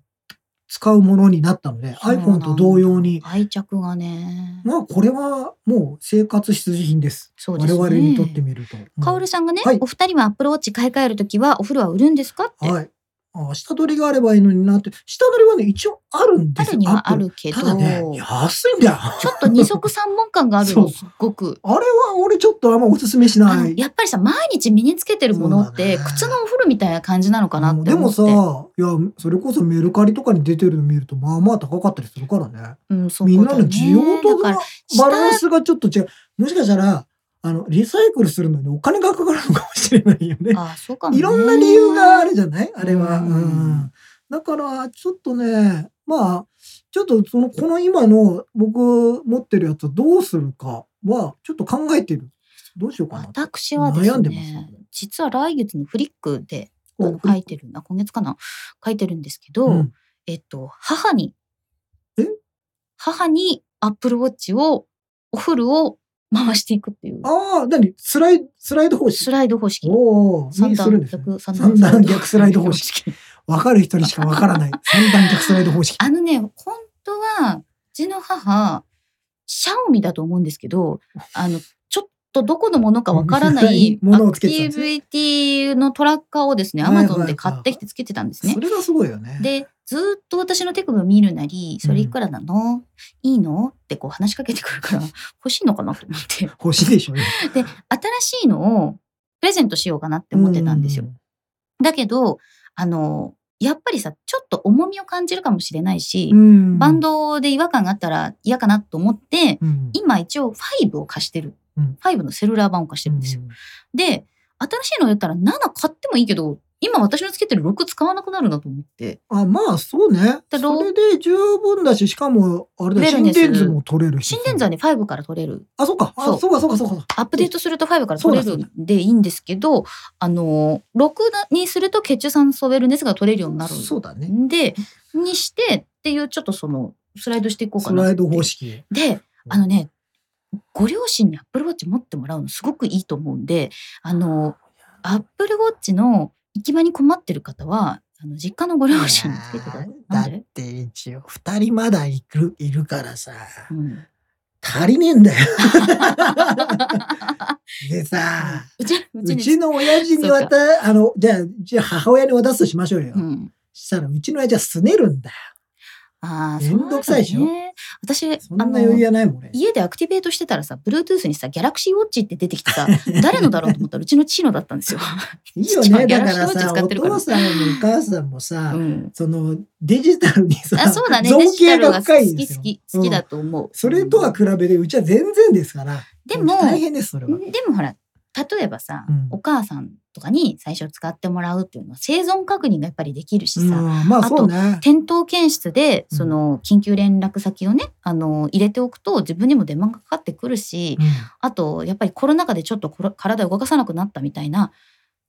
使うものになったので
そうなんだ
iPhone と同様に
愛着がね。
まあこれはもう生活必需品です
そうですね
我々にとってみると。うん
カオルさんがね、
はい
お二人はアップルウォッチ買い替えるときはお風呂は売るんですかって、
はいあ下取りがあればいいのになって下取りはね一応あるんで
あ
すよ
るにはあ
Apple
るけど、
ただね安いんだよ
ちょっと二足三本感がある
そ
の
う
すっごく。
あれは俺ちょっとあんまおすすめし
あ
な
の
い
やっぱりさ毎日身につけてるものって、
そうだね
靴のお風呂みたいな感じなのかな
う
っ
ん
て
で
思
も
って
さいやそれこそメルカリとかに出てるの見るとまあまあ高かったりするからね
うん、そう
みん
だ
な
よね
の需要と
だから
バランスがちょっと違う。もしかしたら、あの、リサイクルするのにお金がかかるのかもしれないよね。
あそうかもね
いろんな理由があるじゃないあれは。
うん
うん。だから、ちょっとね、まあ、ちょっとその、この今の僕持ってるやつをどうするかは、ちょっと考えてる。どうしようかな。
私はです
悩んでます
ね実は来月のフリックであ
お
の書いてるな今月かな書いてるんですけど、
うん
えっと母に
え
母にアップルウォッチをお風呂を回していくっていう
ああ、なにスライド、スライド方
ス
式。
ライド方式
おお、
三
にするん
段
ですね。
逆三
三段逆スライド方式。
式
わかる人にしかわから ない。三段逆スライド方式。
あのね本当はうちの母シャオミだと思うんですけどあのちょっとどこのものかわか らない
もの
ア
を
ク
つ
テ
けてたんで
ィ
すね
ビティのトラッカーをですねア
はいは
マ
い
ゾンで買ってきてつけてたんですね
そ。れがすごいよね。
でずーっと私の手首を見るなり「それいくらなの、いいの?」ってこう話しかけてくるから欲しいのかなと思って
欲しいでしょうよ。
で新しいのをプレゼントしようかなって思ってたんですよ。だけどあのやっぱりさちょっと重みを感じるかもしれないし、
うん。
バンドで違和感があったら嫌かなと思って
うん、
今一応5を貸してる、
うん
5のセルラー版を貸してるんですよ。
うん。
で新しいのやったら7買ってもいいけど今私のつけてる6使わなくなるなと思って
あ、まあそうね。
だろ
それで十分だし、しかも、あれだよ、
ウェルネ
心
ス
電図も取れるし。
心電図はね5から取れる
あ、そっか。あ、
そう
そうか、そうか、そうか。
アップデートすると5から取れる
そうだ
んでいいんですけど、あの、6にすると血中酸素ウェルネスが取れるようになる
そうだね。
んで、にしてっていうちょっとそのスライドしていこうか
ス
な。
ライド方。式。
で、あのね、ご両親にアップルウォッチ持ってもらうのすごくいいと思うんで、あの、アップルウォッチの行き場に困ってる方は、あの実家のご両親につけてください。
だ
なん
っ
で
て一応、二人まだいる、いるからさ、
うん、
足りねえんだ よ。でさ、
うちう
う
ち
ち
に
の親父に
そう
渡、あの、じゃあ、じゃあ母親に渡すとしましょうよ。
うん、
したら、うちの親父はすねるんだよ。
ああ、
めんどくさいでしょ
そうだね私、
そんな余裕はないもんね。
家でアクティベートしてたらさ、Bluetooth にさ、ギャラクシーウォッチって出てきてさ、 誰のだろうと思ったらうちのチーノだったん ですよ。
いいよ
ちっちゃ
ね。
いギャ
だか
ラク
ら
シーウォッチ
さ、
使っ
お
てるから
父さんもお母さんもさ、
うん、
そのデジタルに
あ
さ、
そうだね、デ
造
ジタ
形
ル
が
が好
深い
き
んですよ
好。き好きだ
うん
と思う。
それとは比べて、うちは全然ですから。
でも
大変です、それ
う
は。
んでもほら、例えばさ、
うん
お母さんとかに最初使ってもらうっていうのは生存確認がやっぱりできるし
うん
さ、
まあそうね。
店頭検出で
うん
その緊急連絡先をね、あの入れておくと自分にも出番がかかってくるし、
うん
あとやっぱりコロナ禍でちょっとこら体を動かさなくなったみたいな、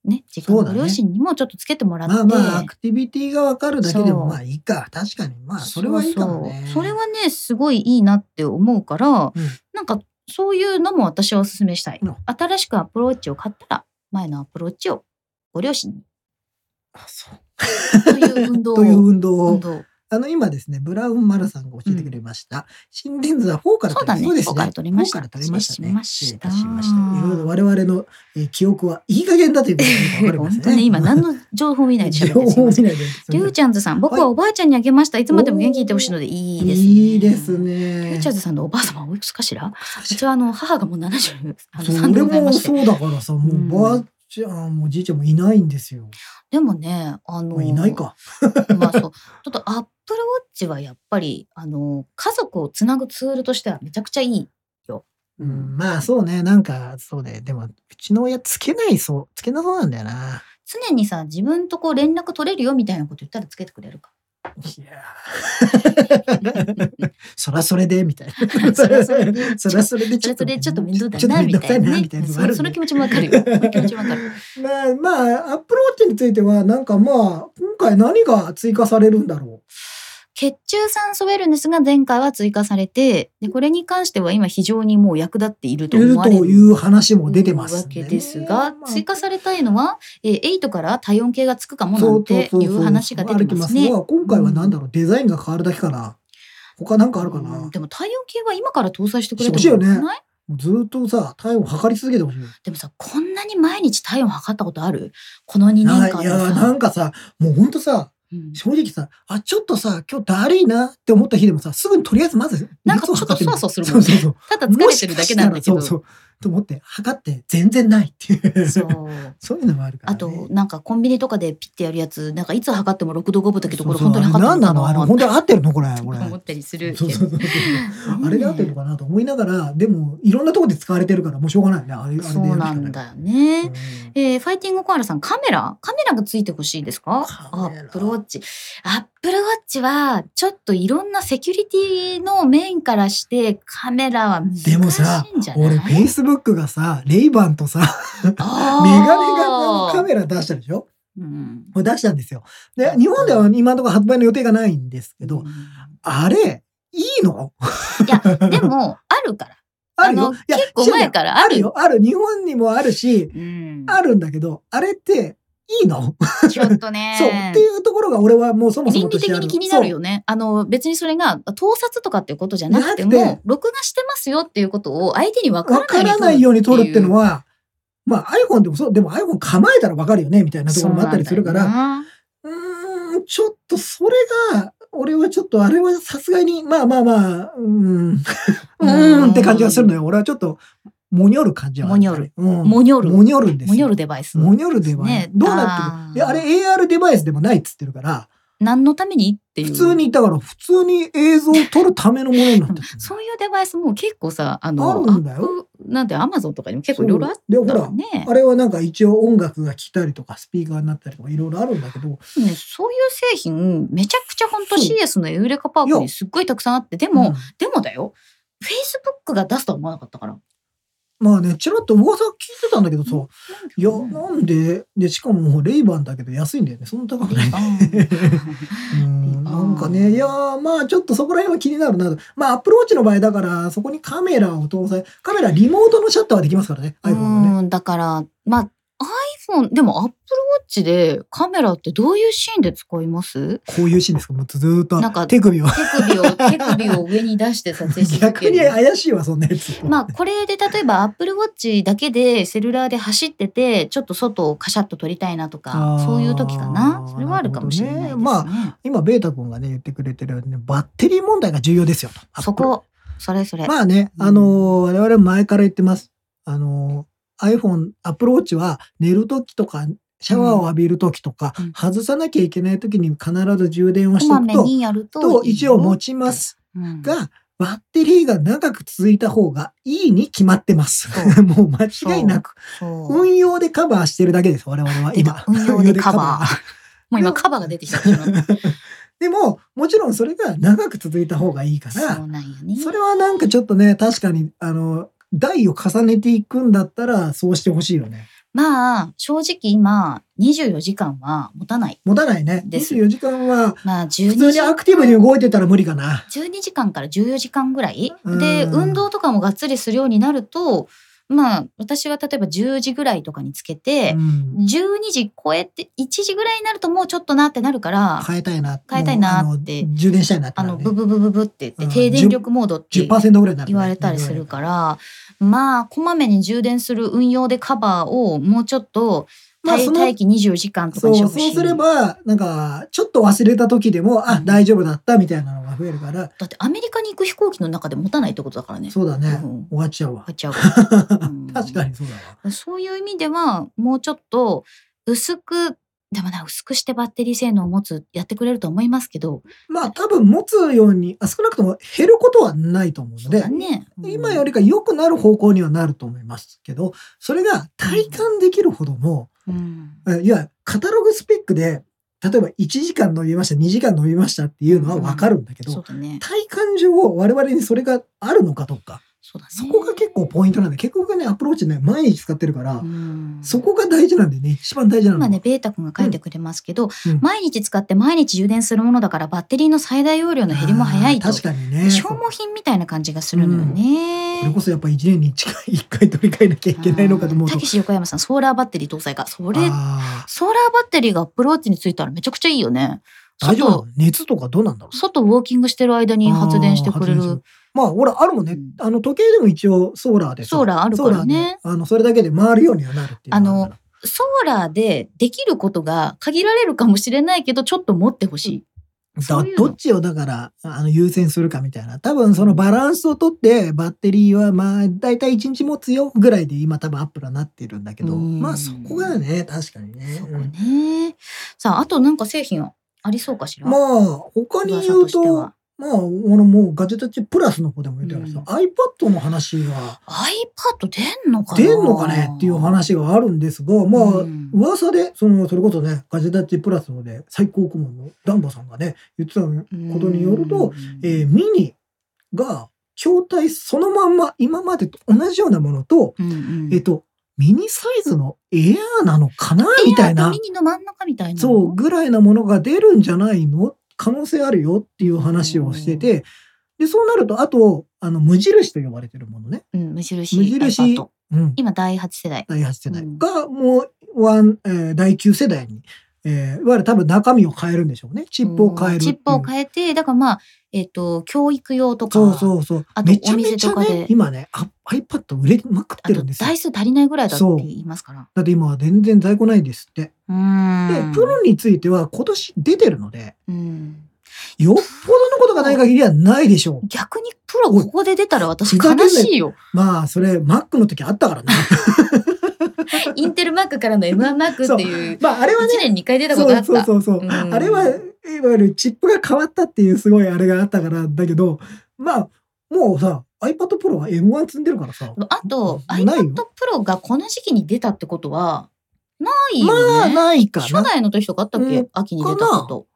ね、実家
そう
の
だね
ご両親にもちょっとつけてもらって、
まあまあ、アクティビティがわかるだけで
そ
も
う
まあいいか。確かに。まあそれはいいかもね
そう。そうそれはねすごいいいなって思うから、
うん
なんかそういうのも私はお勧めしたい、
うん
新しくアプローチを買ったら前のアプローチをご両親に
あそう
という運動を
という運動
運
を
動
あの、今ですね、ブラウンマルさんが教えてくれました。心電図は4から
そうだね
そうです
4から取りました
4から取りましたね。
失礼しました
失礼いたしました。いろいろ我々の、えー記憶はいい加減だということがよくわかります
本
ね。
当ね、 今何の情報見ないで し
情
ょ。
報を見ないで。
リュウちゃんズさん、僕はおばあちゃんにあげました。いつまでも元気でいてほしいのでいいですね。
いいです
リ
ね。
ュウちゃんズさんのおばあ様はおいくつかしらうちはあの母がもう70あの
そ
3で
れ
ございま
も
して
そうだからさ、もうおばあちゃんもおじいちゃんもいないんですよ。
でもね
も
あの
ういないか。
まあそうちょっとアップルウォッチはやっぱりあの家族をつなぐツールとしてはめちゃくちゃいい
うん、まあそうね、なんかそうで、でもうちの親つけないそう、つけなそうなんだよな。
常にさ自分とこう連絡取れるよみたいなこと言ったらつけてくれ るか
いやーそらそれでみたいな。
それはそれ で
そらそれで
それとでちょっと面
ちょ
倒
っ
だ
と
な
面
み
倒く
た
さ
い
い
な
な
ね
みたいなのがあ
そ
る
そ
ん
の
で
気持ちもわかるよその気持ちもわ かる
まあまあアップローチについてはなんかまあ今回何が追加されるんだろ
血中酸素ウェルネスが前回は追加されてでこれに関しては今非常にもう役立っている
うと
と
い
思
う
われる
話も出てます
わ
ん
け
でね、
ですが、
まあ
追加されたいのは、えー、8から体温計がつくかもなんていう話が出てます
あ
ね
る。が今回は何だろう、デザインが変わるだけかな。他なんかあるかな。
う
も
んでも体温計は今から搭載してくれて
してほしいよね
よね。
うずっとさ、体温測り続けてほしいよ。
でもさ、こんなに毎日体温測ったことあるこの2年
ない
間
い
で
や、
さ
なんかさ、もうほんとさ、
うん
正直さ、あ、ちょっとさ、今日だるいなって思った日でもさ、すぐにとりあえずまず、
なんかちょっとそわそわするもんね
そうそう
ただ
そう。
疲れてるだけなんだけど。
もしかしたらそうそう。と思って、測って全然ないっていう。
そう
そういうのもあるから、
あ
ね。
と、なんかコンビニとかでピッてやるやつ、なんかいつ測っても6度5分だけど、これ
そう
本当
そう
に測って
あれ
る
何なのあれ、
の
本当に合ってるの これ、
と
これ。
か思ったりするけ
そう
ど。
そうそうそう。あれで合ってるの
ね
かなと思いながら、でも、いろんなところで使われてるから、もうしょうがないね。あれ、あれでやるし
そ
かな
うないんだよね。
うん
えーファイティングコアラさん、カメラカメラがついてほしいですかア
カメラ
ップルウォッチ。アップルウォッチは、ちょっといろんなセキュリティの面からして、カメラは難しい
でもさ
んじゃない
俺、フェイスブックがさ、レイバンとさ、
あー
メガネがカメラ出したでしょ
うん
これ出したんですよ。で、日本では今のところ発売の予定がないんですけど、
うん
あれ、いいの
いや、でも、あるから。
あるよ
の。結構前からあ
ある
るよ。
よ。ある。日本にもあるし、
うん
あるんだけど、あれって、いいの、
ちょっと
そう。
ね
って。いうところが俺はもうそもそ
倫
もと
理
し
的
てある
に気になるよね。あの、別にそれが、盗撮とかっていうことじゃなくて
なく
も
て、
録画してますよっていうことを相手に分
わ
か
からら
な
ないいよ
よう
う
に
に
撮
撮
る
る
っ
ってて
いう
のは、まあ iPhone でもそう、でも iPhone 構えたらわかるよね、みたいなところもあったりするから、うーん、ちょっとそれが、俺はちょっと、あれはさすがに、まあまあまあ、うーん、うーんって感じがするのよ。俺はちょっと、もにょる感じはあ
もにょる。
うん。
モニョル。
もにょるんですよ。
モニョルデバイス。
もにょるデバイス。
ね
どうなってるいや、あ
あ
れ AR デバイスでもないっつってるから、
何のためにっていう。
普通に、だから普通に映像を撮るためのものになってる。
そういうデバイスも結構さ、あ
あ
の、
るんだよ
アップなんてアマゾンとかにも結構いろいろあった
で、ほ
から
ら、
ね。
あれはなんか一応音楽が聴いたりとか、スピーカーになったりとか、いろいろあるんだけど、
ねそういう製品、めちゃくちゃ本当
そう
CS のエウレカパークにすっごいたくさんあって、でも、でもだよ。Facebook が出すとは思わなかったから。
まあね、ちらっと噂聞いてたんだけどさ、いや、
うん
なんで、で、しかもレイバンだけど安いんだよね。そんな高くない。うん、なんかね、いやーまあちょっとそこら辺は気になるなと。まあアップローチの場合だから、そこにカメラを搭載、カメラリモートのシャッターはできますからね、iPhone のね。
うん、だから、まあ、iPhone、でも Apple Watch でカメラってどういうシーンで使います
こういうシーンですかもうずーっ
なんか
と手首を。
手 首を、手首を上に出して撮影してる
逆に怪しいわ、そんなやつ。
まあこれで例えば Apple Watch だけでセルラーで走っててちょっと外をカシャッと撮りたいなとか
あー
そういう時かなそれはあるかもしれないですね
なるほど今、ベータ君がね、言ってくれてるようにね、バッテリー問題が重要ですよと。
そ
Apple
こそれそれ、
まあね、
うん
あのー我々は前から言ってます。あのー iPhone、Apple Watch は寝るときとか、シャワーを浴びるときとか、
うん
外さなきゃいけないときに必ず充電をし
こ
てお
ま
く
め
と、
にやると
と一応持
ち
ちます
が、
が、バッテリーが長く続いた方がいいに決まってます。 もう間違いなく。
そう
運用でカバーしてるだけです、我々は
出
今
た。運用でカバー
ー。
もう今カバーが出てきた私 の
でも、もちろんそれが長く続いた方がいいから、
そうなんよね
それはなんかちょっとね、確かに、あの、代を重ねていくんだったら、そうしてほしいよね。
まあ正直今24時間は持たない
持たないね。
です
24時間は、
まあ12
普
時
通にアクティブに動いてたら無理かな。
12時間から14時間ぐらいで
うん
運動とかもがっつりするようになるとまあ、私は例えば10時ぐらいとかにつけて、
うん
12時超えて、1時ぐらいになるともうちょっとなってなるから、
変えたいな。
変えたいなって
もうあの充電したいなって
あ
な
の、
るね
ブブブブブって
う
言
ん
って、停電力モードっ
10%
て
ぐらいになるね。
言われたりするから、まあ、こまめに充電する運用でカバーをもうちょっと、
まあ
待
その
待機24時間とか
そう
にして
そう
ほしい。
すればなんかちょっと忘れた時でもあ
うん
大丈夫だったみたいなのが増えるから
だってアメリカに行く飛行機の中で持たないってことだからね。
そうだね、
うん
終わっちゃうわ
買っちゃう うん
確かにそうだわ
そういう意味では、もうちょっと薄く、でもな、薄くしてバッテリー性能を持つ、やってくれると思いますけど、
まあ多分持つようにあ少なくとも減ることはないと思うので
だね。
今よ
り、
りか良くなる方向にはなると思いますけどそれが体感できるほどの、
うん
えいやカタログスペックで例えば1時間伸びました2時間伸びましたっていうのは分かるんだけど、
そうだね。
体感上我々にそれがあるのかどうか
そうだね。
そこが結構ポイントなんで結局ねアプローチね毎日使ってるから、
うん
そこが大事なんでね、一番大事なの
今
は。
ね、ベータ君が書いてくれますけど、
うん
毎日使って毎日充電するものだからバッテリーの最大容量の減りも早いと
あー確かにね。
消耗品みたいな感じがするのよね。
これこそやっぱ一年に一回一回取り替えなきゃいけないのかと思う
あー
と
たけ。し横山さん、ソーラーバッテリー搭載か。それ、
あ
ソーラーバッテリーがアップローチについたらめちゃくちゃいいよね。
ー大丈夫な
外
の、熱とかどうなんだろう。
外ウォーキングしてる間に発電してくれ
あー発電
る
すまあ、ほら、あるもんね
うん。
あの、時計でも一応ソーラーでさ。
ソーラーある
ソ
か
ーラ
ら
ーで
ね。
あの、それだけで回るようにはなるっていうがるから。
ソーラーでできることが限られるかもしれないけど、ちょっと持ってほしい。そう
だ
いうの
どっちをだから、あの、優先するかみたいな。多分、そのバランスをとって、バッテリーは、まあ、だいたい1日持つよぐらいで、今多分アップルはなってるんだけど、
うん
まあ、そこがね、確かにね。
そこ
うん
ね。さあ、あとなんか製品ありそうかしら。
まあ、他に言う
噂して
と、
は
まあ、あの、もうガジェタッチプラスの方でも言ったけどさ、
うん
iPad の話が
iPad 出んのかな
出んのかねっていう話があるんですが、まあ、
うん
噂で、その、それこそね、ガジェタッチプラスので、最高顧問のダンボさんがね、言ってたのことによると、
うん
えーミニが、筐体そのまんま、今までと同じようなものと、
うんうん
えっと、ミニサイズのエアーなのかなみたい
エア
な
とミ。ニの真ん中みたいな。
そう、ぐらいなものが出るんじゃないの可能性あるよっていう話をしてて、で、そうなると、あと、あの、無印と呼ばれてるものね。
うん、無印。
無印
iPad
うん。
今、第8世代。
第8世代
うん
が、もう、ワン、えー第9世代に、えーいわゆる多分中身を変えるんでしょうね。チップを変えるっていう。
チップを変えて、だからまあ、えっと、教育用とか、
そうそうそう。
あと
めちゃめち
お店と
ゃ
か
ね
で、
今ね、あ iPad 売れまくっ
あ
て
と
るんですよ
台。数足りないぐらいだって言いますから。
だって今は全然在庫ないですって。
う
で
ーん。、
プロについては今年出てるので、
うん
よっぽどのことがない限りはないでしょう。
逆にプロここで出たら私
ふざけ
悲
んなよ
しいよ。
まあ、それ、Mac の時あった からね。
インテルマークからの M1 マークっていう、
まあ、あれは
1
ね、
年2回出た こ
そ
とあ
う
っ
そう
た。
そうそう、
うん
あれはいわゆるチップが変わったっていうすごいあれがあったからだけどまあもうさ iPad Pro は M1 積んでるからさ
あと、
ないよ
iPad Pro がこの時期に出たってことは、ない
ま
よ
あ
ね。
ないか
初
な、
代の時とかあったっけ、
うん
秋に出たこと。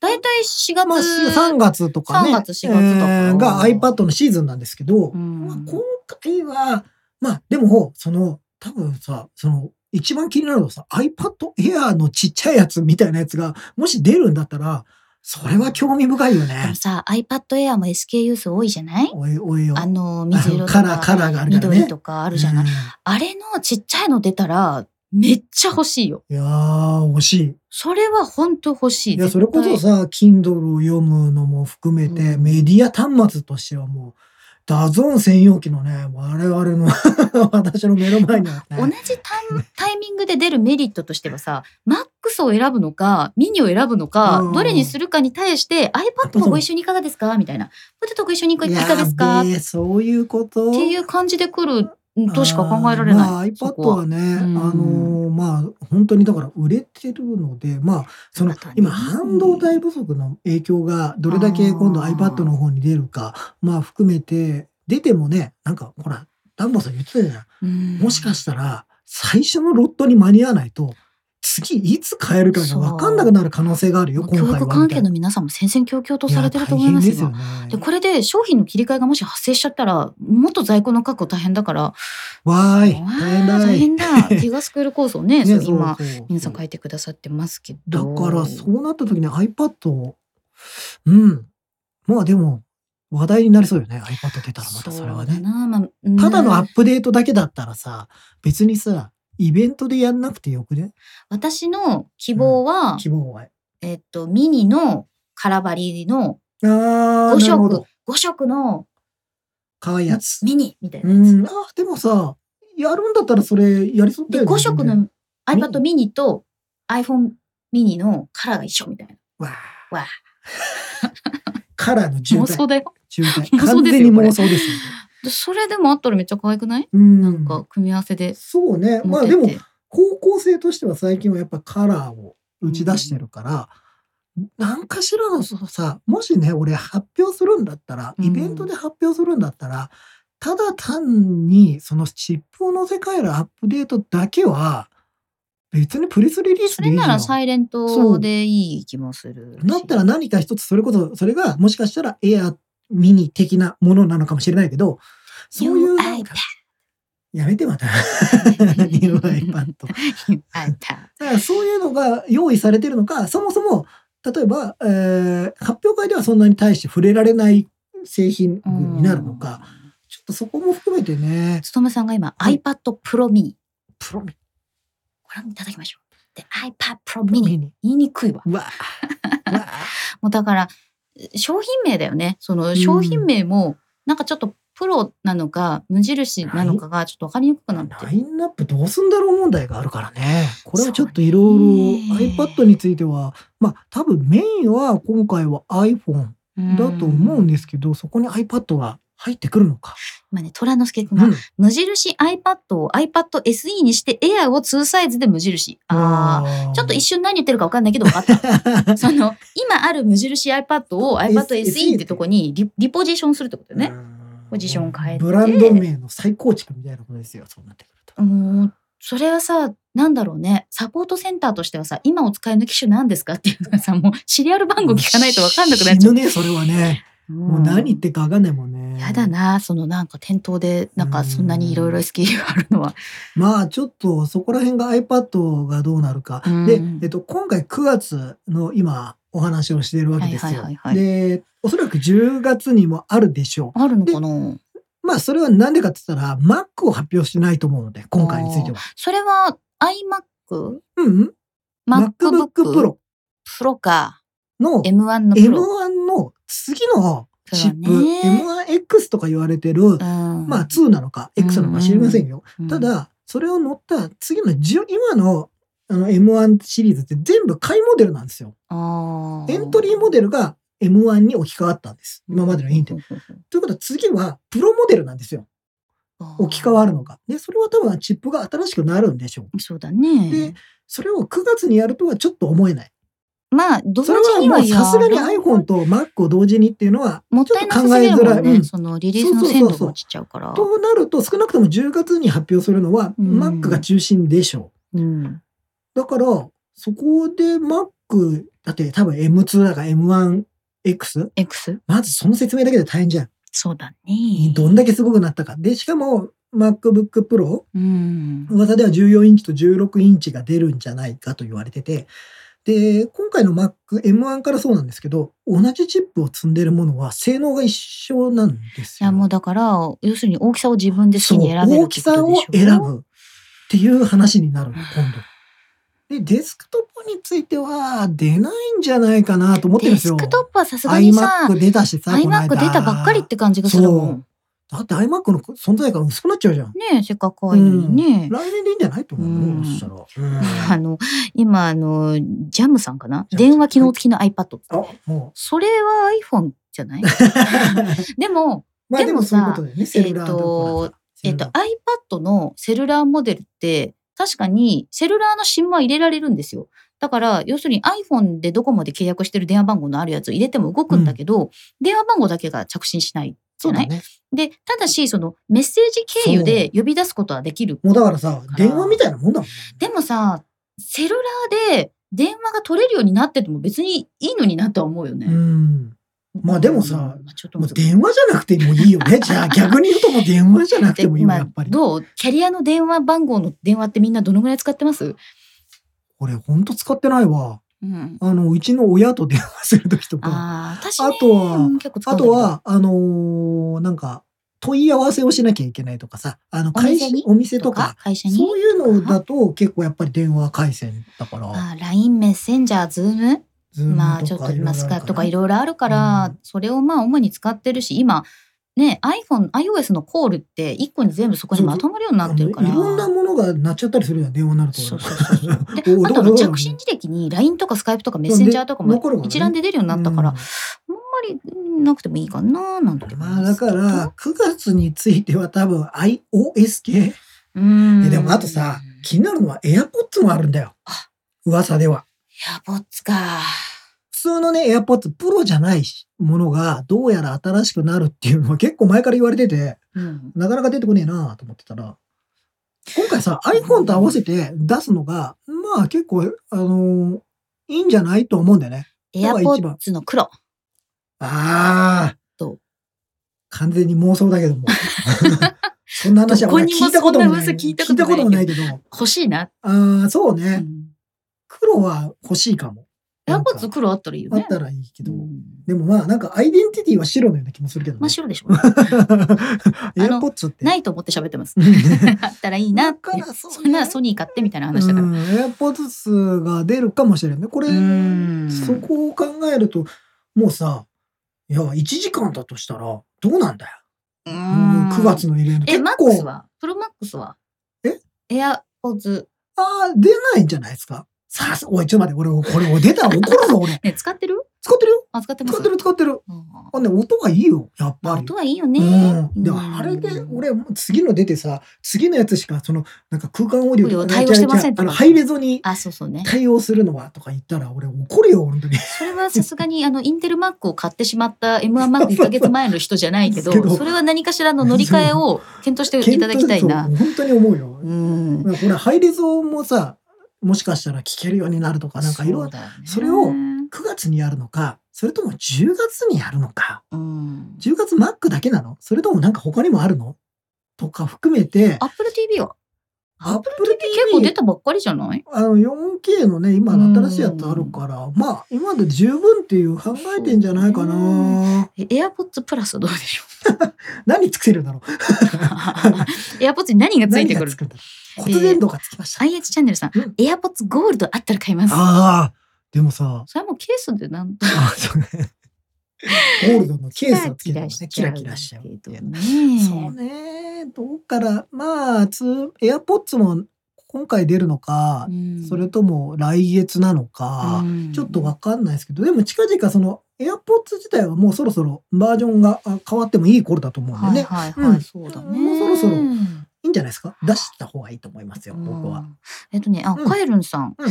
だいたい4月、
まあ、3月とかね
3月4月だから
えーが iPad のシーズンなんですけど、
うん
まあ、今回はまあでもその多分さその一番気になるのはさ iPad Air のちっちゃいやつみたいなやつがもし出るんだったらそれは興味深いよ
でも
ね。
さ、iPad Air も SKU 数多いじゃない
おいおいよ。
あの、水色と
カラー、カ
か、
ラーがあるからね。
緑とかあるじゃない、
うん
あれのちっちゃいの出たら、めっちゃ欲しいよ。
いやー、惜し
それは本当欲しい。
い。いや、
絶
そ
対
れこそさ、Kindle を読むのも含めて、
うん
メディア端末としてはもう、ダゾーン専用機のね、我々の、私の目の前には
同
ね、
じタイムタイミングで出るメリットとしてはさ、MAX を選ぶのか、ミニを選ぶのか、
うん
どれにするかに対して、iPad もご一緒にいかがですかみたいな。ポテトご一緒にいかがですか
や
っ
べえそういうこと
ていう感じで来るとしか考えられ
あーま
な
あ、
い。そ
iPad
こ
はね、あ
ん
のーまあ、本当にだから売れてるので、まあ、その
そうだね、
今、半導体不足の影響がどれだけ今度
あー
iPad の方に出るか、まあ、含めて、出てもね、なんか、ほら、ダンボさん言ってたじゃん。
うん
もしかしたら、最初のロットに間に合わないと、次いつ買えるかが分かんなくなる可能性があるよ、今回
教
は。
育関係の
み
皆さんも戦々恐々と
たいな
されてると思いますよ。
や大変です
で
よね。
これで商品の切り替えがもし発生しちゃったらもっと在庫の確保大変だから、
わーい、
わ
大変
あ
だ
大
い。
変だギガスクール構想ねそう今
そうそう
皆さん書いてくださってますけ
だ
ど
から、そうなった時に iPad を、うん。まあでも、話題になりそうよね iPad 出たらまたそれはね
うだなまあうん
ただのアップデートだけだったらさ別にさイベントでやんなくてよくね
私の希望は、
希望は
えっと、ミニのカラバリの
あー
5
なるほ
色
ど、
5色の
かわいいやつ
ミニみたいうなやつ。
んあーでもさやるんだったらそれやりそうだよ
で、
ね
5色の iPad ミニと iPhone ミニのカラーが一緒みたいな。
わあ
わあ
カラーの渋
妄
滞
想だよ。
渋滞
妄想
完
ですよ
全に
これ
妄想ですよね
でそれでもあったらめっちゃ可愛くない、
うん
なんか組み合わせで
そうねまあ
持て
で
て。
も方向性としては最近はやっぱカラーを打ち出してるから、何かしらのそのさもしね俺発表するんだったら
うん
イベントで発表するんだったら、ただ単にそのチップを載せ替えるアップデートだけは別にプレスリリース
そ
で
れ
いいじ
な
ゃ
ら
ん。
サイレントでいい気もするし。
だったら何か一つそれこそそれがもしかしたらエアミニ的なものなのかもしれないけどそういうなんかやめて また ニュー iPad。
You iPad
だからそういうのが用意されてるのか、そもそも、例えば、えー発表会ではそんなに対して触れられない製品群 になるのか、
うん
ちょっとそこも含めてね、
つとむさんが今、
はい
iPad Pro mini
プロミ
ご覧いただきましょう。で iPad Pro mini 言いにくいわ。
うわ、うわ
もうだから商品名だよね。その商品名もなんかちょっとプロなのか無印なのかがちょっとわかりにくくなって
ラ
る。
インナップどうすんだろう問題があるからね。これはちょっといろ
そう
い
ね
ろ iPad については、まあ多分メインは今回は iPhone だと思うん
で。
ですけど、そこに iPad は入ってくるのか。
今ね、虎之介くん
う
が
ん
無印 iPad を iPad SE にして Air を2サイズで無印。ああ。ちょっ と一瞬何言ってるか分かんないけど分かった。その今ある無印 iPad を iPad SE ってとこにリリポジションするってことよね。
うん
ポジション変えて
ブランド名の再構築みたいなことですよそうなってくると
うーんそれはさなんだろうねサポートセンターとしてはさ今お使いの機種何ですかっていうのがさもうシリアル番号聞かないと分かんなくなっちゃ
死ぬねそれはね、
う。
もう何言っ
ん
てか分かんないもんね
やだなそのなんか店頭でなんかそんなにいろいろ SKU があるのは。
まあちょっとそこら辺が iPad がどうなるか、
うん
で、えっと、今回9月の今お話をしているわけですよ、
はいはいはいはい
でおそらく10月にもあるでしょ
あるのかな
うまあそれは何でかって言ったら Mac を発表してないと思うので今回については
それは iMac?
うんうん
MacBook
MacBook Pro
Pro か
の
M1
M1
の Pro。
の次のチップ、
そうだね
M1X とか言われてる、
うん
まあ2なのか X なのか知りませんよ。た、
うん
だ、それを乗った次の10今のあの M1 シリーズって全部買いモデルなんですよ。
あ
エントリーモデルが M1 に置き換わったんです。今までのインテル。ということは次はプロモデルなんですよ。置き換わるのが。で、それは多分チップが新しくなるんでしょう。
そうだね。
でそれを9月にやるとはちょっと思えない。
まあ、同時
それは
に
も
は
う
やら
さ
ない
すがに iPhone と Mac を同時にっていうのは
もっ
ちょ
た
っ
い
と
なさ
考
す
え
ぎ
づ
る
ら
も
い。
んね、
うん
そのリリースの鮮度が落ちちゃうから。
となると少なくとも10月に発表するのは
うん
Mac が中心でしょ
うん
う。だからそこで Mac だって多分 M2 だから M1X
X?
まずその説明だけで大変じゃん。
そうだね。
どんだけすごくなったか。でしかも MacBook Pro
うん。
噂では14インチと16インチが出るんじゃないかと言われてて。で今回の Mac M1 からそうなんですけど同じチップを積んでるものは性能が一緒なんですよ。
いや、もうだから、要するに大きさを自分で好
そ
き
う
に選べる
大きさを選ぶっていう話になるの今度。でデスクトップについては出ないんじゃないかなと思ってるん
デ
です
ス
よ。
クトップはさすがにさ、
iMac 出たしさ、この間
iMac 出たばっかりって感じがするもん。
だって iMac の存在感薄くなっちゃうじゃん。
ねえ、せっかく可愛いのにね。
来年でいいんじゃないと思うよ、
うん
そしたら。
あ
うん
の、今、あの、ジャムさんかな
ジャムさん
電話機能付きの iPad。
あ、も
それは iPhone じ ゃない
う。
でも、
まあで
で
も
も
そういうこ
さ
とだよね、セルラーだとか
えっと、iPad のセルラーモデルって、確かにセルラーの SIM は入れられるんですよ。だから、要するに iPhone でドコモで契約してる電話番号のあるやつを入れても動くんだけど、電話番号だけが着信しないじ
そ
ゃ
う
な
だ
い、
ね。
で、ただし、そのメッセージ経由で呼び出すことはできる。
もうだからさ、電話みたいなもんだもんね。
でもさ、セルラーで電話が取れるようになってても別にいいのになとは思うよ
う
ね。
ん。まあでもさ
うん、まあちょっと
も
難
う
しい
電話じゃなくてもいいよね。じゃあ逆に言うともう電話じゃなくてもいいよ、
まあ
やっぱり。
どうキャリアの電話番号の電話ってみんなどのぐらい使ってます
俺ほんと使ってないわ。
うん。
あの、うちの親と電話するときとか、
ああ、私ね
あとは
うん結構使う
あ
んだ
と
けど、
は、あのーなんか、問い合わせをしなきゃいけないとかさ、あの、
お店に
会社お店と
と
か
か、、会社に。
そういうのだと結構やっぱり電話回線だから、
あー LINE、メッセンジャー、ズーム
ズーム
まあちょっと今スカイプとかいろいろあるから、それをまあ主に使ってるし今ね iPhone、iOS のコールって一個に全部そこにまとまるようになってるから。
いろんなものがなっちゃったりするじゃん、電話になると。
そうそうそう そうで
お
あとあの着信履歴に LINE とか Skype とかメッセンジャーとかも
残るもんね
一覧で出るようになったから、
うん
あんまりうんなくてもいいかななんて思
ま
い
あ
ま
だ
すけ
か
ど
ら、9月については多分 iOS 系。
うん
えでもあとさ、気になるのは AirPods もあるんだよ
あ。
噂では。
エアポッツか
普通のね、AirPods プロじゃないものがどうやら新しくなるっていうのは結構前から言われてて、
うん
なかなか出てこねえなと思ってたら、今回 さ、iPhone と合わせて出すのが、まあ結構、あのいいんじゃないと思うんだよね。
エアポッツの黒
ああ。
どう
完全に妄想だけども。 そんな話は
どこにも
聞いたこともない。
そんな噂聞いたことないけど
もないけど。
欲しいな、
ああ、そう
う
ね。
ん
黒は欲しいかも。
エ
な
ア
ん
ポ
か
ッツ黒あったらいいよ
あ
ね
ったらいいけど。
うん
でもまあ、なんかアイデンティティは白のような気もするけど
真っ
ね。
白でしょ
エアポッツって。
ないと思って喋ってます。
うん
あったらいいなって
だ。からそうね
それならソニー買ってみたいな話だから。
うんエアポッツが出るかもしれないね。これ
う、ん
そこを考えると、もうさ、いや、1時間だとしたら、どうなんだよ。
う
うん
ん
9月のイベント。
え、
結
マックス
構、
はプロマックスは
え
エアポーズ。
あー出ないんじゃないですか。さあ、おい、ちょっと待って、俺、これ、出たら怒るぞ、俺。
ね、 使ってる
使ってるよ。
あ、使ってます
使ってる、使ってる。
うん
あ、ね、音がいいよ、やっ
まあ
ぱり
音。はいいよね。
うん、で
うん
あれで俺もう次の出てさ次のやつしかそのなんか空間オーディオとか
対応してません
違う違うあのハイレゾに
あ、そうそうね。
対応するのはとか言ったら俺怒るよ本当に
それはさすがに、あの、インテルマックを買ってしまった、M1 マック1ヶ月前の人じゃない けど、
そうそう
それは何かしらの乗り換えを検討していただきたいな。
検討そう本当に思うよ、
うん。
ほらハイレゾもさもしかしたら聞けるようになるとかなんかいろいろ
そうだよね
それを9月にやるのかそれとも10月にやるのか
うん。
10月マックだけなのそれともなんか他にもあるのとか含めて
アップル TV は
Apple
Apple TV 結構出たばっかりじゃない
あの 4K のね今の新しいやつあるから、まあ今で十分っていう考えてんじゃないかな、
そえ AirPods プラスどうでしょ
何つけるだろう
う ?AirPods に何がついて
何
く
が
る
つくんだろう骨伝導がつきました、
?IH チャンネルさん、
うん
AirPods ゴールドあったら買います。
ああでもさ
それはもうケースでなんと
あそうね ゴールドのケースをつけてもねキラキラしちゃう
け
って
ど
いう
ね。
そうねどうからまあつエアポッツも今回出るのか、
うん
それとも来月なのか、
うん
ちょっとわかんないですけど、でも近々その AirPods 自体はもうそろそろバージョンがあ変わってもいい頃だと思うんで
はい
ね、
はいはい、
うん
そうだね。
もうそろそろ
うん
いいんじゃないですか出した方がいいと思いますよ、僕は。
えっとね、あ、
うん
カエルンさん,、
うん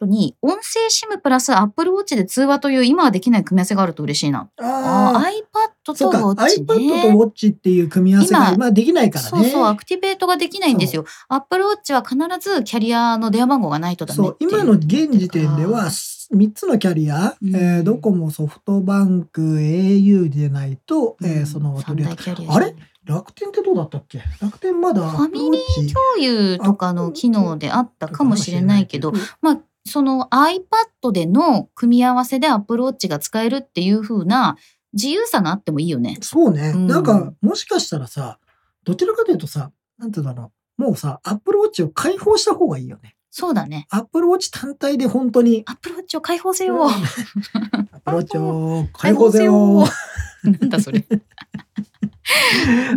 iPad に音声 SIM プラス Apple Watch で通話という今はできない組み合わせがあると嬉しいな。あ
ああ、
ー、iPad
そ
と
うか、
Watch
iPad
ね。
と Watch っていう組み合わせが
今
今できないからね。
そうそう、アクティベートができないんですよ。アップルウォッチは必ずキャリアの電話番号がないとダメ
そ
っ
う
ていう
今の現時点では3つのキャリア、
うん
えードコモソフトバンク au でないと、
うん
えーそのと
三
りあえ
大
ず
キャリア
あれ楽天ってどうだったっけ楽天まだ
ファミリー
ー
共有とかの機能であったかもしれないけど、まあ、その iPad での組み合わせでアップルウォッチが使えるっていう風な自由さがあってもいいよね。
そうね、
うん
なんかもしかしたらさどちらかというとさなんていうんだろうもうさアップルウォッチを解放した方がいいよね
そうだね。
アップルウォッチ単体で本当に
アップルウォッチを解放せ
ア
よ。
ップルウォッチを解放せよ
解放せよ。 なんだそれ。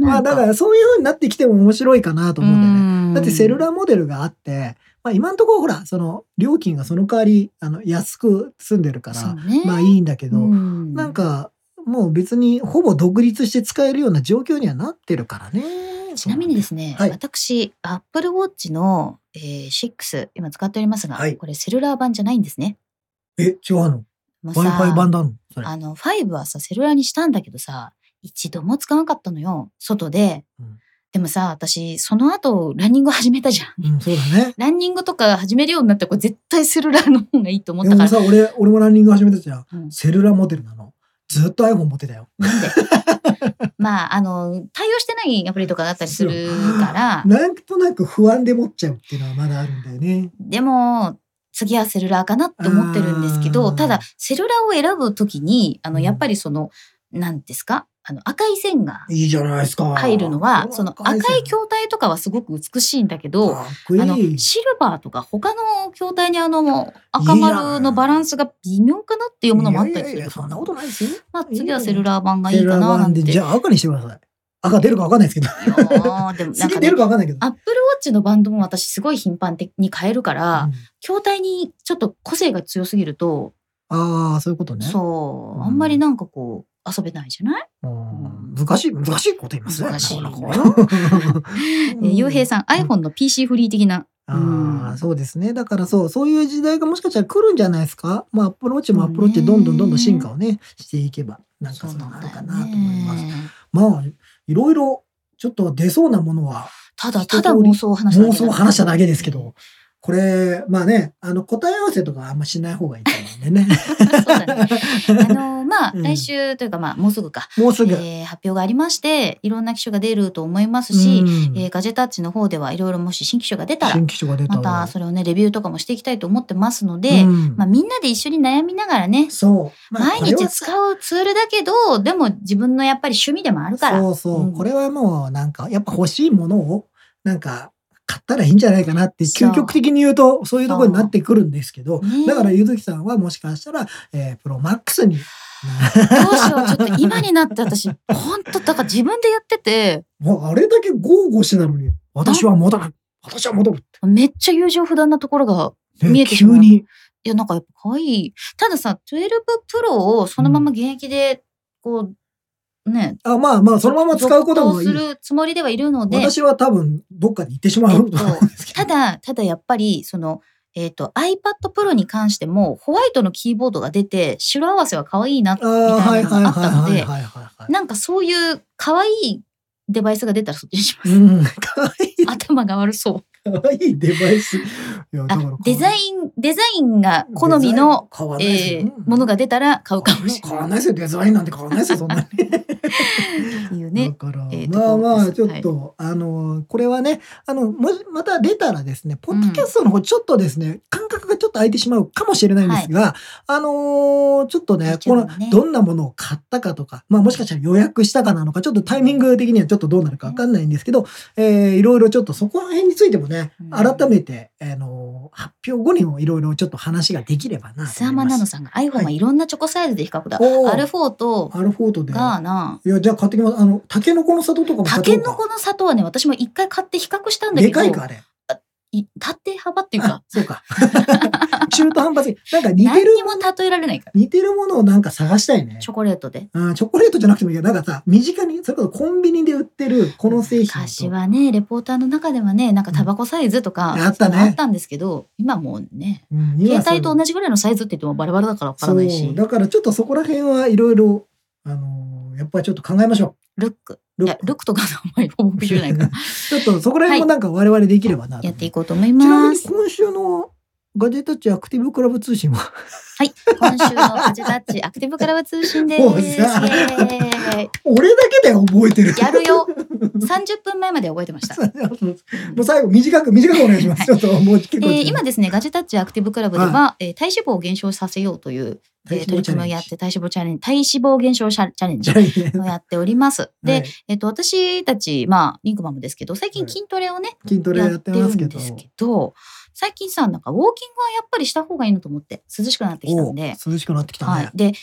まあだからそういう風になってきても面白いかな と思うんだよね
ね
だってセルラーモデルがあって、まあ、今のところほらその料金がその代わりあの安く済んでるから、
そうね
まあいいんだけど、
うん
なんかもう別にほぼ独立して使えるような状況にはなってるからね。
ちなみにですね、
はい
私、Apple Watch の、えー、6、今使っておりますが、
はい
これセルラー版じゃないんですね。
え違うの
もうさ
?Wi-Fi 版なのそれ
あの、5はさ、セルラーにしたんだけどさ、一度も使わなかったのよ、外で。
うん
でもさ、私、その後、ランニング始めたじゃん。
うん、そうだね。
ランニングとか始めるようになったら、これ絶対セルラーの方がいいと思っ
で
た
も
から。
さ俺俺もランニング始めたじゃん、
うん
セルラーモデルなのずっと iPhone 持ってたよ。
なんでまあ、あの、対応してないアプリとかだったりするから、
なんとなく不安で持っちゃうっていうのはまだあるんだよね。
でも、次はセルラーかなと思ってるんですけ
あ
ど、
ー
ただ、セルラーを選ぶときに、あの、
うん
やっぱりその、なんですかあの、赤い線が
いいじゃないですか。
入るのは、その赤い
鏡
筐体とかはすごく美しいんだけど、
かっこいい
あの、シルバーとか他の筐体にあの、赤丸のバランスが微妙かなっていうものもあった
い
りす
やいやいや
る。
そんなことないですよ。
まあ、次はセルラー版がいい
セル
か
ラー
な
バ
な
ー
んて。
で、じゃあ赤にしてください。赤出るかわかんないですけど。
いやーでもな ん
次出
かね
る、かわかんないけど。
アップルウォッチのバンドも私すごい頻繁に変えるから、筐体にちょっと個性が強すぎると、
ああー、そういうことね。
そう、
うん
あんまりなんかこう、遊べないじゃない、
うん難しい、難しいこと言いますね。
難 しいね
う
えー、ゆうへい
さ
さん、iPhone の PC フリー的な。
ん。あ
う
あ、
ん
そうですね。だからそう、そういう時代がもしかしたら来るんじゃないですか。まあ、アップローチもアップローチでどんどんどんどん進化をね、していけば、なんかそうなるかなと思います。まあ、いろいろ、ちょっと出そうなものは、
ただ、ただ妄想を話しただ
妄
け
想を話しただけですけ。ど、これ、まあね、あの、答え合わせとかあんましない方がいいと思うんでね。
そうだね。あのーまあ、
うん
来週というか、まあ、もうすぐか、
もうすぐ。
えー発表がありまして、いろんな機種が出ると思います
う
し、
ん
えーガジェタッチの方ではいろいろもし新機種が出たら
新、機種が出た
ま
ら
たそれをね、レビューとかもしていきたいと思ってますので、
うん
まあ、みんなで一緒に悩みながらね、
そう。まあ
毎日使うツールだけど、でも自分のやっぱり趣味でもあるから。
そうそう、
うん
これはもうなんかやっぱ欲しいものをなんか買ったらいいんじゃないかなって
そう
究極的に言うとそういうところになってくるんですけど、
ね
だからゆずきさんはもしかしたら、えープロマック スに
どうしよう、ちょっと今になって私、本当だから自分でやってて、
もうあれだけ豪語してたのに私は戻る私は戻るっ
めっちゃ友情不断なところが、
て、
見えてし
急
まう
に
いや、なんかやっぱ可愛い。たださ、12 Pro をそのまま現役で、こう、ね、
あまあまあそのまま使うこともいい
続投するつもりではいるので、
私は多分どっかに行ってしま
えっ
う
と
と思うんですけど、
ただ、ただやっぱり、その、えっ、と、iPad Pro に関しても、ホワイトのキーボードが出て、白合わせは可愛いな、み
あー
た
はいいはい
なのが
は
あったの
いはい
で、
はいはい、
なんかそういう可愛いデバイスが出たらそっち にしま
うん、かわいい
す。頭が悪そう。
かわいいデバイス。いやだから
あ、デザイン、デザインが好み
デザイン
の、
変わんないですよ
えーものが出たら
買
買うかもしれ
わんない
ない。
ですよデザインなんて変わんないですよそんなに
っていう
だ
ね。
から、
えー
まあまあ
と
ちょ
ころです
っと、あのこれはねあのもしまた出たらですねポッドキャストの方ちょっとですね、感覚がちょっと空いてしまうかもしれないんですが、あのーちょっとね
YouTube
この
ね
どんなものを買ったかとかまあもしかしたら予約したかなのかちょっとタイミング的にはちょっとどうなるかわかんないんですけど、えーいろいろちょっとそこら辺についてもね
うん
改めて、あのー発表後にもいろいろちょっと話ができればなと
スア
思
マ
いま
ナノ
す。
さんが iPhone はいろんなチョコサイズで比較だ。
おー
アルフォーと
アルフォートで
ガーナ。
いや、じゃあ買ってきます。あの、タケノコの里とかも買
タ
って
ケ
こうか
ノコの里はね、私も一回買って比較したんだけ
で
ど、
かいか、あれ。
い縦幅っていうか、
そうか。中途半端すぎるなんか似て
何
る、
にも例えられないから。
似てるものをなんか探したいね
チ。ョコレートで。
あーチョコレートじゃなくてもいいけど、なんかさ、身近に、それこそコンビニで売ってるこの製
昔
品と。
はね、レポーターの中ではね、なんかタバコサイズとか、
うんあったね
そういうのあったんですけど、今もうね、
うん
携帯と
じ
同じぐらいのサイズって言ってもバラバラだからわからないし、
だからちょっとそこら辺はいろいろ、あのーやっぱりちょっと考えましょ
ルック。
う。
いや、ルックとかの前ほぼ見れないから、
ちょっとそこら辺もなんか我々できればなと思う
やっていこうと思い
ちなみ
ま
に
す。
今週のガジェタッチアクティブクラブ通信 は
今週のガジェタッチ、アクティブクラブ通信です。
もうさ
イエーイ
俺だけで覚えてる。
やるよ。30分前まで覚えてました。
もう最後短く短くお願いします。ちょっともう結
え
構
ー今ですね、ガジェタッチアクティブクラブでは、えー体脂肪を減少させようという、えー取り組みをやって、体脂肪チャレンジ、体脂肪減少チャチャレンジ
じゃあいいね
をやっております。で、
はい
えっと、私たち、まあ、リンクマンもですけど、最近
はい
筋トレをね、
筋トレ
や
や
っ
ってて
る
ますけ
ん
ど。
ですけど、最近さ、なんかウォーキングはやっぱりした方がいいなと思って、涼しくなってきたんで、
お涼しくなってきた
は
ね
い。。で、1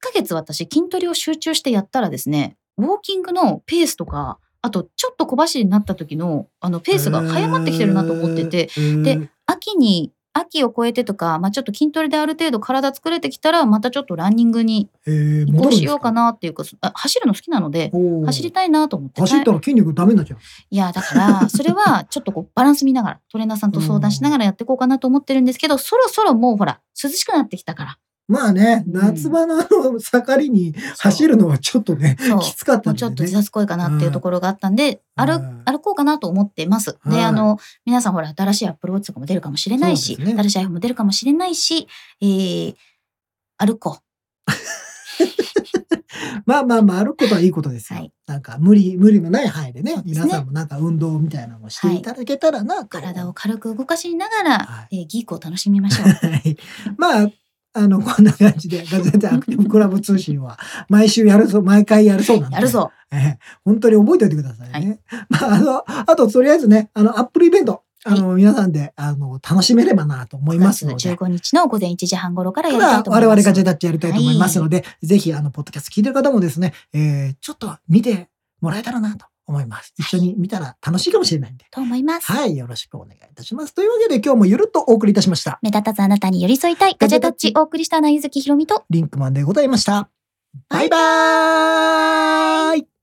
ヶ月私、筋トレを集中してやったらですね、ウォーキングのペースとか、あと、ちょっと小走りになった時の、あの、ペースが早まってきてるなと思ってて、
えー。
で
えー
秋に、秋を越えてとか、まあ、ちょっと筋トレである程度体作れてきたら、またちょっとランニングに
えー戻る
移
ん
行
です
しようか。なっていうか、あ走るの好きなので、
おー
走りたいなと思って。
走ったら筋肉ダメになっちゃう。
いや、だから、それはちょっとこうバランス見ながら、トレーナーさんと相談しながらやっていこうかなと思ってるんですけど、そろそろもうほら、涼しくなってきたから。
まあね、
うん
夏場のあの盛りに走るのはちょっとね、
そう。
きつかった
も
ん
うちょっ
で
と自
ね。
殺行為かなっていうところがあったんで、
うん
歩
うん
歩こうかなと思ってます。
はい
で、あの、皆さんほら、新しいアップローチとかも出るかもしれないし、
そうですね
新しい iPhone も出るかもしれないし、えー、歩こう。
まあまあまあ、歩くことはいいことですよ。
はい
なんか、無理、無理のない範囲でね、
そうですね
皆さんもなんか運動みたいなのをしていただけたらな、と
体を軽く動かしながら、
は
えーギークを楽しみましょう。
はい。まあ、あの、こんな感じで、ガジェットアクティブクラブ通信は、毎週やるそう、毎回やる そうなんで。
やるぞ
ええ。 本当に覚えておいてくださいね。 まあ、あの、あと、とりあえずね、あの、アップルイベント、あの、皆さんで、あの、楽しめればなと思いますので。
15日の午前1時半頃からやりた
た
いと
だ
思
我
い
々
ます。
がジェタッチやりたいと思いますので、ぜひ、あの、ポッドキャスト聞いてる方もですね、えーちょっと見てもらえたらなと思います。一緒に見たら楽しいかもしれないんで。
と思います。
はい、よろしくお願いいたします。というわけで、今日もゆるっとお送りいたしました。
目立たずあなたに寄り添いたいガジェタッチお送りしたのはゆずきひろみと
リンクマンでございました。バイバーイ